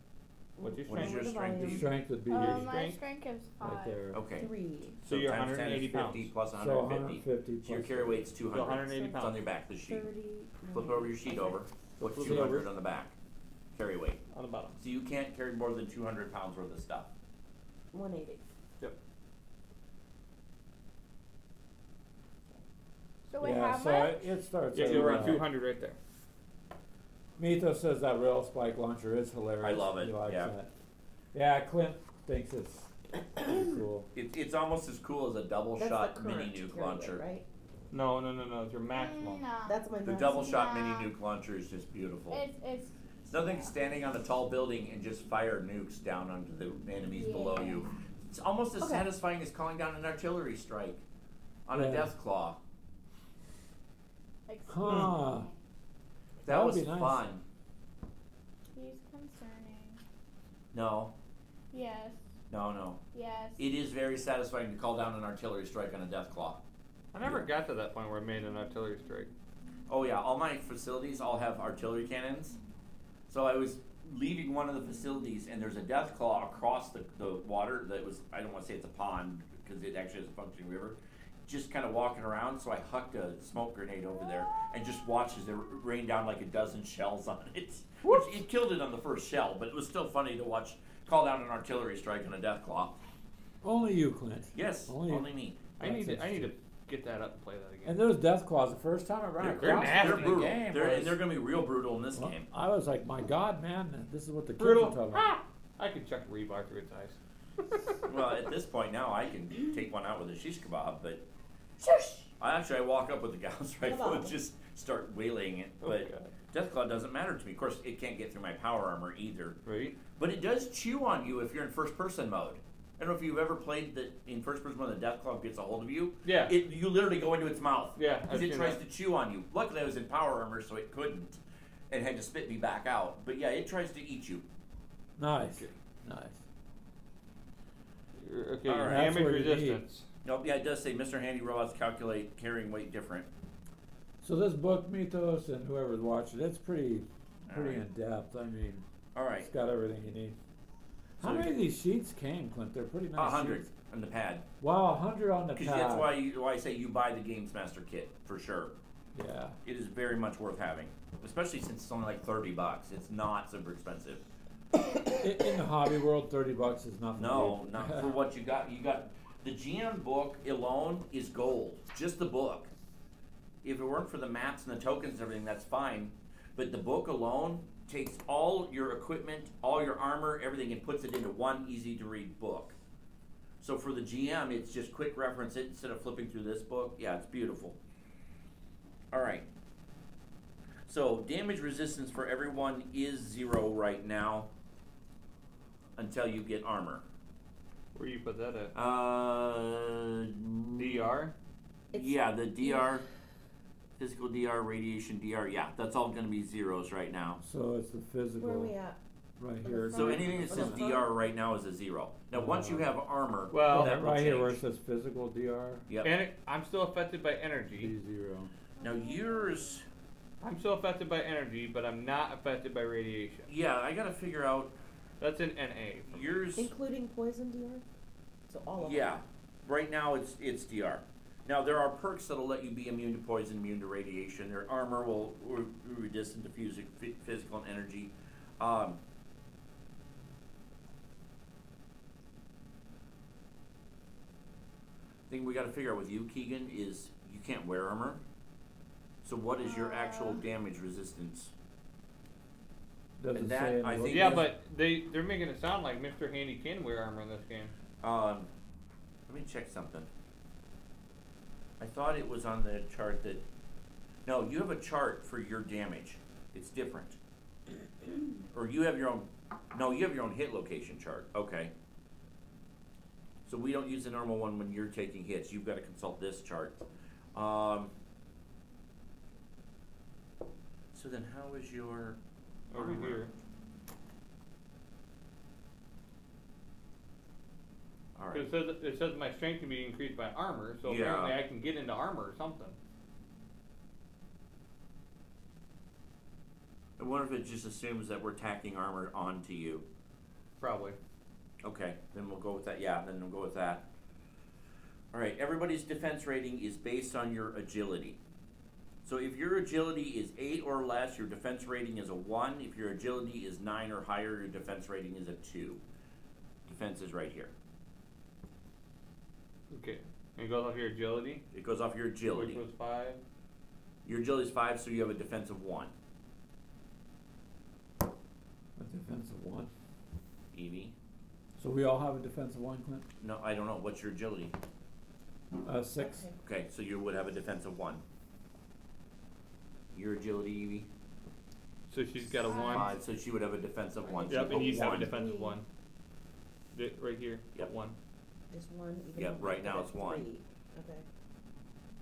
F: What's your
A: What is
F: strength?
A: your strength?
C: Volume.
D: Your
A: that you-
D: strength would be
B: Uh,
C: Um,
F: your
B: my
F: strength?
B: strength is five.
D: right there.
A: Okay.
C: Three.
A: So,
F: you're
A: times 10 is
F: 180
A: 50
F: pounds.
A: plus
D: So
A: 150.
D: 150
A: So your
D: plus-
A: carry weight's
F: So
A: 200.
F: 180
A: It's on
F: pounds
A: your back, the sheet.
C: Thirty.
A: Flip over your sheet over. Put
F: Flip it
A: 200 on the back. Carry weight.
F: on the bottom.
A: So you can't carry more than 200 pounds worth of stuff.
C: One eighty.
B: So wait,
D: yeah,
B: how
D: so
B: much?
D: it, it starts.
F: Yeah, you're
D: over
F: around
D: there.
F: 200 right there.
D: Mito says that rail spike launcher is hilarious.
A: I love it,
D: He likes
A: yeah.
D: it. Yeah, Clint thinks it's pretty cool.
A: It, it's almost as cool as a double
C: That's the
A: shot
C: current
A: mini nuke
C: carry weight,
A: launcher.
C: right?
F: No, no, no, no. It's your
B: Mm,
F: maximum.
B: no.
C: That's my
A: The
C: maximum.
A: double shot mini
B: Yeah.
A: nuke launcher is just beautiful.
B: It's, it's,
A: It's nothing standing on a tall building and just fire nukes down onto the enemies below
B: Yeah.
A: you. It's almost as
C: Okay.
A: satisfying as calling down an artillery strike on
D: Yeah.
A: a death claw.
B: it's
D: Huh.
A: That,
D: That would
A: was
D: be nice.
A: fun.
B: He's concerning.
A: No,
B: Yes,
A: no, no.
B: yes.
A: It is very satisfying to call down an artillery strike on a death claw.
F: I never got to that point where I made an artillery strike.
A: Oh yeah, all my facilities all have artillery cannons. So I was leaving one of the facilities, and there's a death claw across the, the water that was I don't want to say it's a pond because it actually is a functioning river. Just kind of walking around, so I hucked a smoke grenade over there and just watched as it rained down like a dozen shells on it. Which it killed it on the first shell, but it was still funny to watch call down an artillery strike on a death claw.
D: Only you, Clint.
A: Yes,
D: Only-
A: only me.
F: I need
D: That's
F: to, I need to get that up and play that again.
D: And those death claws, the first time I ran
F: They're-
D: across them,
F: they're nasty.
A: They're
F: the
A: brutal.
F: game
A: They're,
F: was-
A: and they're going to be real brutal in this
D: well,
A: game.
D: I was like, my God, man, this is what the kids are
F: brutal.
D: talking about.
F: Ah! I could chuck rebar through its eyes.
A: Well, at this point now, I can take one out with a shish kebab, but
B: Shush!
A: I actually I walk up with the Gauss rifle and
C: Kebab.
A: just start wailing it.
F: Oh,
A: But
F: God.
A: Deathclaw doesn't matter to me. Of course, it can't get through my power armor either.
F: Right?
A: But it does chew on you if you're in first person mode. I don't know if you've ever played the in first person when the death club gets a hold of you.
F: Yeah.
A: It you literally go into its mouth.
F: Yeah, I've
A: Because it
F: seen
A: tries
F: that.
A: to chew on you. Luckily, I was in power armor, so it couldn't, and had to spit me back out. But yeah, it tries to eat you.
D: Nice. Nice.
F: Okay,
A: All right.
D: That's
F: damage
D: what you need.
F: resistance.
A: Nope. Yeah, it does say Mr. Handy robots calculate carrying weight different.
D: So this book, Mythos, and whoever's watching, it's pretty, pretty
A: Alright.
D: in depth. I mean,
A: All right.
D: it's got everything you need. How
A: So-
D: many of these sheets came, Clint? They're pretty
A: A
D: nice.
A: hundred
D: sheets.
A: on the pad.
D: Wow, a hundred on the
A: Because
D: pad.
A: that's why you, why I say you buy the Games Master kit for sure.
D: Yeah.
A: It is very much worth having, especially since it's only like thirty bucks. It's not super expensive.
D: I- In the hobby world, thirty bucks is nothing.
A: No,
D: dude.
A: not for what you got. You got the GM book alone is gold. Just the book. If it weren't for the maps and the tokens and everything, that's fine. But the book alone takes all your equipment, all your armor, everything, and puts it into one easy to read book. So for the GM, it's just quick reference it instead of flipping through this book. Yeah, it's beautiful. All right. So damage resistance for everyone is zero right now until you get armor.
F: Where you put that at?
A: Uh,
F: DR.
C: It's-
A: Yeah, the DR, physical DR, radiation DR. Yeah, that's all going to be zeros right now.
D: So it's the physical
C: Where are we at?
D: right here.
A: So anything that says DR right now is a zero. Now, once you have armor,
F: Well,
A: that will
D: right here
A: change.
D: where it says physical dr
A: Yep.
F: And it- I'm still affected by energy.
D: d zero.
A: Now yours,
F: I'm still affected by energy, but I'm not affected by radiation.
A: yeah, I got to figure out
F: That's an NA. for me.
A: yours.
C: Including poison DR? So all of them.
A: Yeah, right now it's it's DR. Now there are perks that'll let you be immune to poison, immune to radiation. Their armor will will resist and diffuse it- phy- physical and energy. Um, thing we got to figure out with you, Keegan, is you can't wear armor. So what is your actual
E: Uh.
A: damage resistance?
D: Doesn't
A: And that,
D: say in
A: I
D: the
A: think-
D: book.
F: Yeah, but they they're making it sound like Mr. Handy can wear armor in this game.
A: Um, let me check something. I thought it was on the chart that. No, you have a chart for your damage. It's different. or you have your own. No, you have your own hit location chart. Okay. So we don't use the normal one when you're taking hits. You've got to consult this chart. Um, so then, how is your
F: Over
A: Armor.
F: here.
A: all
F: 'Cause
A: right?
F: It says it says my strength can be increased by armor, so
A: Yeah.
F: apparently I can get into armor or something.
A: I wonder if it just assumes that we're tacking armor onto you.
F: Probably.
A: Okay, then we'll go with that. Yeah, then we'll go with that. All right, everybody's defense rating is based on your agility. So if your agility is 8 or less, your defense rating is a 1. If your agility is 9 or higher, your defense rating is a 2. Defense is right here.
F: Okay. And it goes off your agility,
A: It goes off your agility.
F: which was five.
A: Your agility is 5, so you have a defense of 1.
D: A defensive one.
A: Evie?
D: So we all have a defensive one, Clint.
A: No, I don't know. What's your agility?
D: Uh, six.
C: Okay.
A: Okay, so you would have a defense of 1. Your agility, Evie?
F: So she's got a one.
A: 5, so she would have a defense of 1. She
F: Yep,
A: put
F: and you have a
A: one.
F: defensive one. Th- Right here.
A: Yep.
F: One.
C: There's one. even
A: Yeah,
C: though
A: right
C: we've
A: now
C: got
A: it's one.
C: three. Okay.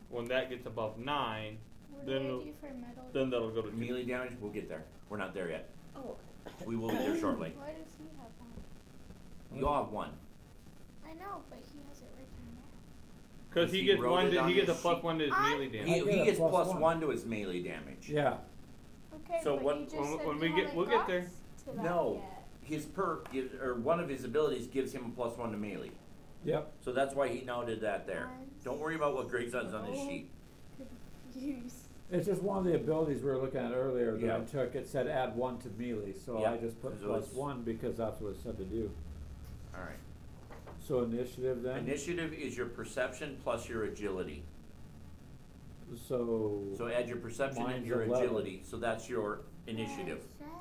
F: When that gets above nine,
B: What
F: Then
B: do
F: the-
B: I do for metal?
F: then that'll go to two.
A: Melee damage, we'll get there. We're not there yet.
C: Oh,
A: We will get there shortly.
B: Why does he have one?
A: You all have one.
B: I know, but he has it right there.
F: Because he,
A: He
F: gets
A: wrote
F: one.
A: it
F: To,
A: on
F: he gets a
A: his
F: plus
A: sheet.
F: one to his
B: I-
F: melee
A: He,
F: damage.
D: I get
A: he
D: a
A: gets
D: plus
A: plus
D: one.
A: one to his melee damage.
D: Yeah.
B: Okay,
A: So
B: but
A: what-
B: you just
F: when-
B: said
F: when
B: we
F: we get-
B: haven't
F: we'll get
B: got
F: there.
B: to that
A: No.
B: yet.
A: His perk gives, or one of his abilities gives him a plus one to melee.
D: Yep.
A: So that's why he now did that there.
B: I'm
A: Don't worry about what grades on on his sheet.
B: confused.
D: It's just one of the abilities we were looking at earlier that I
A: Yeah.
D: took. It said add one to melee, so I
A: Yeah.
D: just put
A: So
D: plus
A: it's-
D: one because that's what it said to do.
A: All right.
D: So initiative then.
A: Initiative is your perception plus your agility.
D: so.
A: So add your perception and
D: Mine's
A: your
D: 11.
A: agility. So that's your initiative.
B: Perception.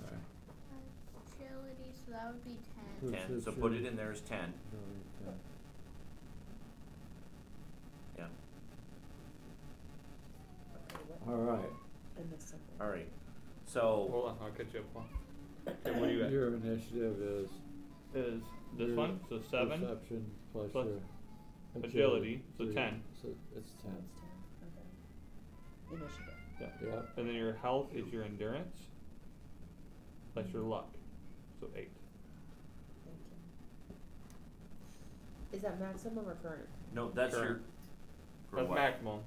D: All right.
B: Agility, so that would be ten.
A: Ten. So put it in there as ten.
D: Okay.
C: okay, what?
D: All right.
C: I missed something.
A: All right. So
F: Hold on, I'll catch you up. One. Okay, what do you got?
D: Your initiative is
F: is this
D: Your
F: one, so seven.
D: Perception plus,
F: plus
D: your
F: agility, so
D: your-
F: 10.
D: So it's
C: So
D: ten.
C: it's ten. Okay. Initiative.
D: Yeah.
F: And then your health is your endurance, plus your luck, so eight.
C: Thank you. Is that maximum or current?
A: No, that's
F: Sure.
A: your. For
F: That's
A: what?
F: maximum.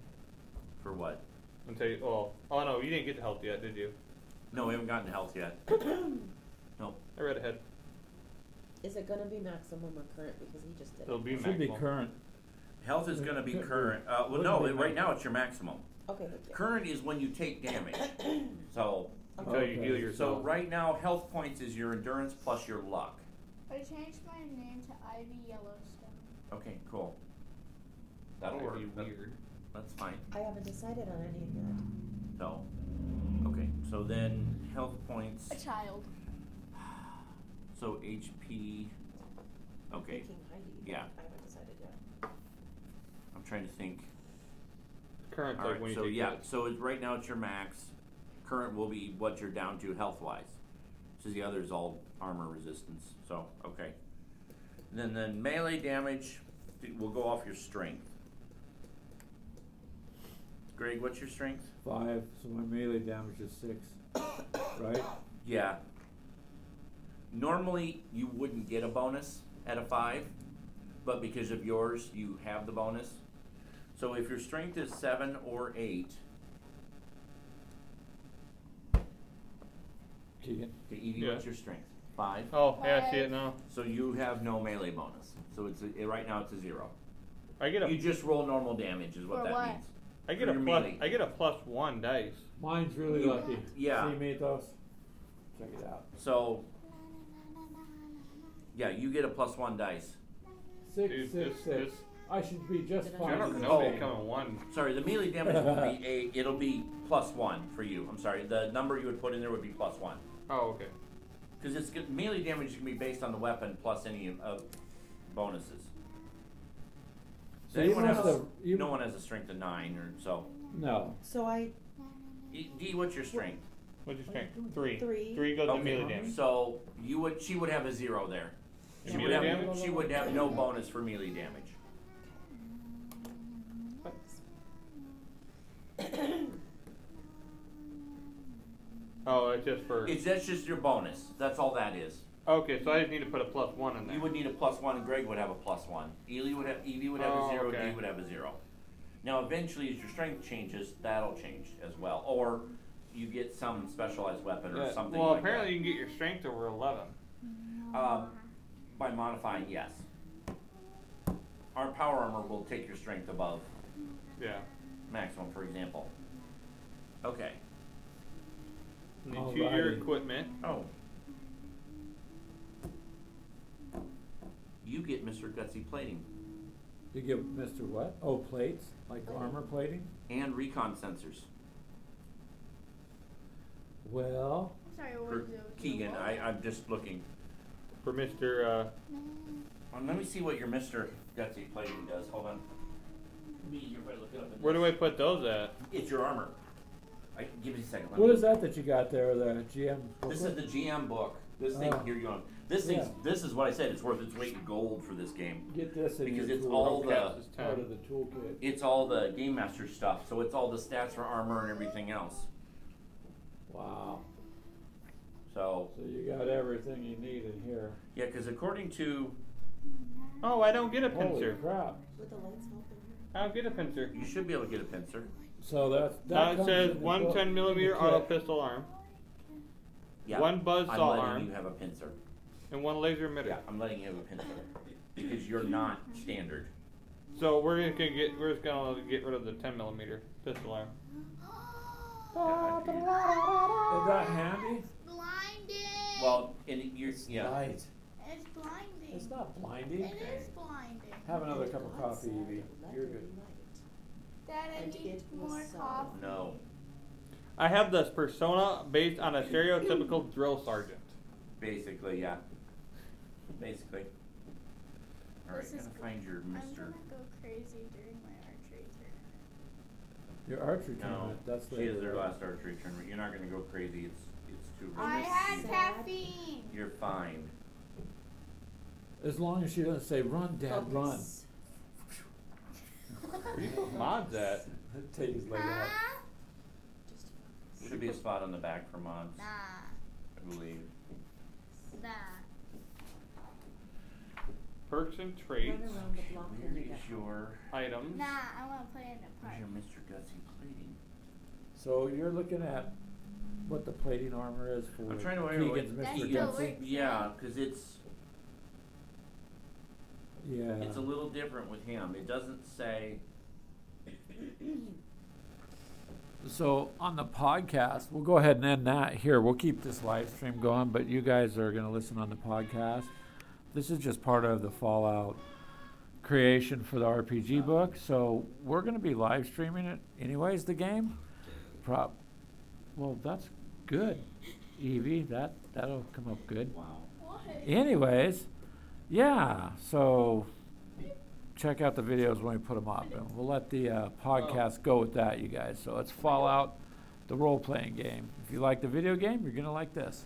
A: For what?
F: Until you, well, oh no, you didn't get to health yet, did you?
A: No, we haven't gotten to health yet. no,
F: I read ahead.
C: Is it gonna be maximum or current because he just did
F: It'll
C: it?
F: be
D: It should be
F: maximum.
D: current.
A: health is going to be
D: Could be.
A: current. Uh, well,
D: Wouldn't
A: no,
D: be
A: it- right now it's your maximum.
C: Okay, thank you.
A: Current is when you take damage. So,
F: Until you
D: Okay.
F: heal yourself.
A: so right now, health points is your endurance plus your luck.
B: I changed my name to Ivy Yellowstone.
A: Okay, cool. That'll
F: That'll
A: work.
F: be
A: That-
F: weird.
A: That's fine.
C: I haven't decided on any yet.
A: No. Okay, so then health points.
B: A child.
A: So HP. Okay,
C: Thinking Heidi. but
A: Yeah.
C: I haven't decided yet.
A: I'm trying to think.
F: Current,
A: All
F: like
A: right,
F: when you
A: so
F: take
A: yeah,
F: damage.
A: so it's right now it's your max. Current will be what you're down to health wise. So the other is all armor resistance. So okay. Then then melee damage th- will go off your strength. Greg, what's your strength?
D: Five, so my melee damage is six, right?
A: Yeah. Normally you wouldn't get a bonus at a five, but because of yours, you have the bonus. So if your strength is seven or eight,
D: Keegan.
A: okay, Evie,
F: Yeah.
A: what's your strength? Five.
F: Oh, yeah, I see it now.
A: So you have no melee bonus. So it's a, right now it's a zero.
F: I get
A: You
F: a,
A: just roll normal damage is what
E: For
A: that
E: what?
A: means.
F: I get
A: for
F: a
A: your
F: plus,
A: melee.
F: I get a plus one dice.
D: Mine's really lucky.
A: Yeah.
D: See Mathos? Check it out.
A: So
B: Na, na, na, na, na,
A: yeah, you get a plus one dice.
D: Six,
F: Dude,
D: six,
F: this-
D: six.
F: this-
D: I should be just
C: Did I-
D: fine.
F: I
C: Oh.
F: don't know, becoming one.
A: Sorry, the melee damage will be a. It'll be plus one for you. I'm sorry. The number you would put in there would be plus one
F: Oh, okay.
A: because it's good- melee damage can be based on the weapon plus any of bonuses.
D: So you
A: anyone
D: must
A: has
D: have, you,
A: no one has a strength of nine or so.
D: no.
C: So I
A: E- D, what's your strength?
F: What's your strength? Three.
C: Three.
F: Three goes to
A: Okay,
F: melee damage.
A: So you would. She would have a zero there. She would
F: Melee
A: have.
F: damage?
A: She would have no bonus for melee damage.
F: Oh, it's just for.
A: It's that's just your bonus. That's all that is.
F: Okay, so I just need to put a plus one in there.
A: You would need a plus one, and Greg would have a plus one. Ely would have Evie would have
F: Oh,
A: a zero.
F: okay.
A: D would have a zero. Now, eventually, as your strength changes, that'll change as well, or you get some specialized weapon or
D: Yeah,
A: something.
F: well,
A: like
F: apparently you can get your strength over eleven.
A: that. Um, by modifying, yes. Our power armor will take your strength above
F: Yeah.
A: maximum, for example. Okay.
F: And you choose your
D: Alrighty.
F: equipment.
A: Oh. You get Mr. Gutsy plating
D: You give Mr. What? Oh, plates? Like
C: Okay.
D: armor plating?
A: and recon sensors.
D: Well,
E: I'm sorry, what
A: For
E: is it? with you?
A: Keegan,
E: What?
A: I, I'm just looking.
F: For Mr. Uh,
A: Um, let me see what your Mr. Gutsy plating does. Hold on. Me, you better look it up. in
F: where do I
A: this.
F: put those at?
A: It's your armor. I, give me a second. Let
D: what
A: me-
D: is that that you got there, the GM
A: This is
D: booklet?
A: the GM book. This thing
D: Oh.
A: here, you on. This thing's.
D: Yeah.
A: This is what I said. It's worth its weight in gold for this game.
D: Get this in
A: because
D: your
A: it's
D: tool-
A: all
F: Okay,
A: the-
F: it's just
D: part of
F: ten.
D: the toolkit.
A: It's all the game master stuff. So it's all the stats for armor and everything else.
D: Wow.
A: So
D: So you got everything you need in here.
A: yeah, because according to
F: Oh, I don't get a
D: Holy
F: pincer.
D: crap.
C: with the lights open.
F: I don't get a pincer.
A: you should be able to get a pincer.
D: So that's that
F: Now it
D: comes
F: says
D: in the
F: one
D: book,
F: ten
D: in the
F: millimeter auto
D: kit.
F: pistol arm,
A: Yeah.
F: one buzz
A: I'm
F: saw
A: letting
F: arm,
A: you have a pincer.
F: and one laser emitter.
A: Yeah, I'm letting you have a pincer because you're not standard.
F: So we're just gonna get we're just gonna get rid of the ten millimeter pistol arm.
D: Is that handy?
B: Blinding.
A: Well, and you're yeah.
D: Right.
B: it's blinding.
D: It's not blinding.
B: It is blinding.
D: Have another
C: And
D: cup of
C: God
D: coffee,
C: said,
D: Evie.
C: "Let
D: You're
C: there
D: good.
C: be light."
B: Dad, I
C: And
B: need
C: it was
B: more
C: so-
B: coffee.
A: No.
F: I have this persona based on a stereotypical drill sergeant.
A: Basically, yeah. Basically. All right,
B: This is
A: gotta find your
E: I'm
A: Mister.
E: gonna go crazy during my archery tournament.
D: Your archery
A: No,
D: tournament. That's
A: she
D: later.
A: is their
D: right?
A: last archery tournament. You're not gonna go crazy. It's it's too
B: I
A: risky.
B: had
C: sad.
B: caffeine.
A: You're fine.
D: As long as she doesn't say, run, dad, run.
C: Focus.
F: Where you put mods at?
D: Teddy's laid out.
B: Huh?
C: Just focus.
A: Should be a spot on the back for mods
B: Nah,
A: who leave.
B: nah.
F: Perks and
C: Run
F: traits,
C: around the block when
A: Where is
C: you get home.
A: your,
F: items.
B: Nah, I want to play in the park.
A: where's your Mr. Gutsy plating?
D: So you're looking at what the plating armor is for
A: I'm trying to remember what
D: Keegan's
B: That's
D: Mr.
B: the
A: Keegan's-
D: Dempsey.
B: word.
A: Yeah, cause it's,
D: Yeah.
A: it's a little different with him. It doesn't say,
D: So on the podcast, we'll go ahead and end that here. We'll keep this live stream going, but you guys are going to listen on the podcast. This is just part of the Fallout creation for the RPG book. So we're going to be live streaming it anyways, the game. Prop. Well, that's good, Evie. That that'll come up good.
A: wow.
D: Anyways, yeah. So check out the videos when we put them up, and we'll let the uh, podcast go with that, you guys. So it's Fallout, the role-playing game. If you like the video game, you're gonna like this.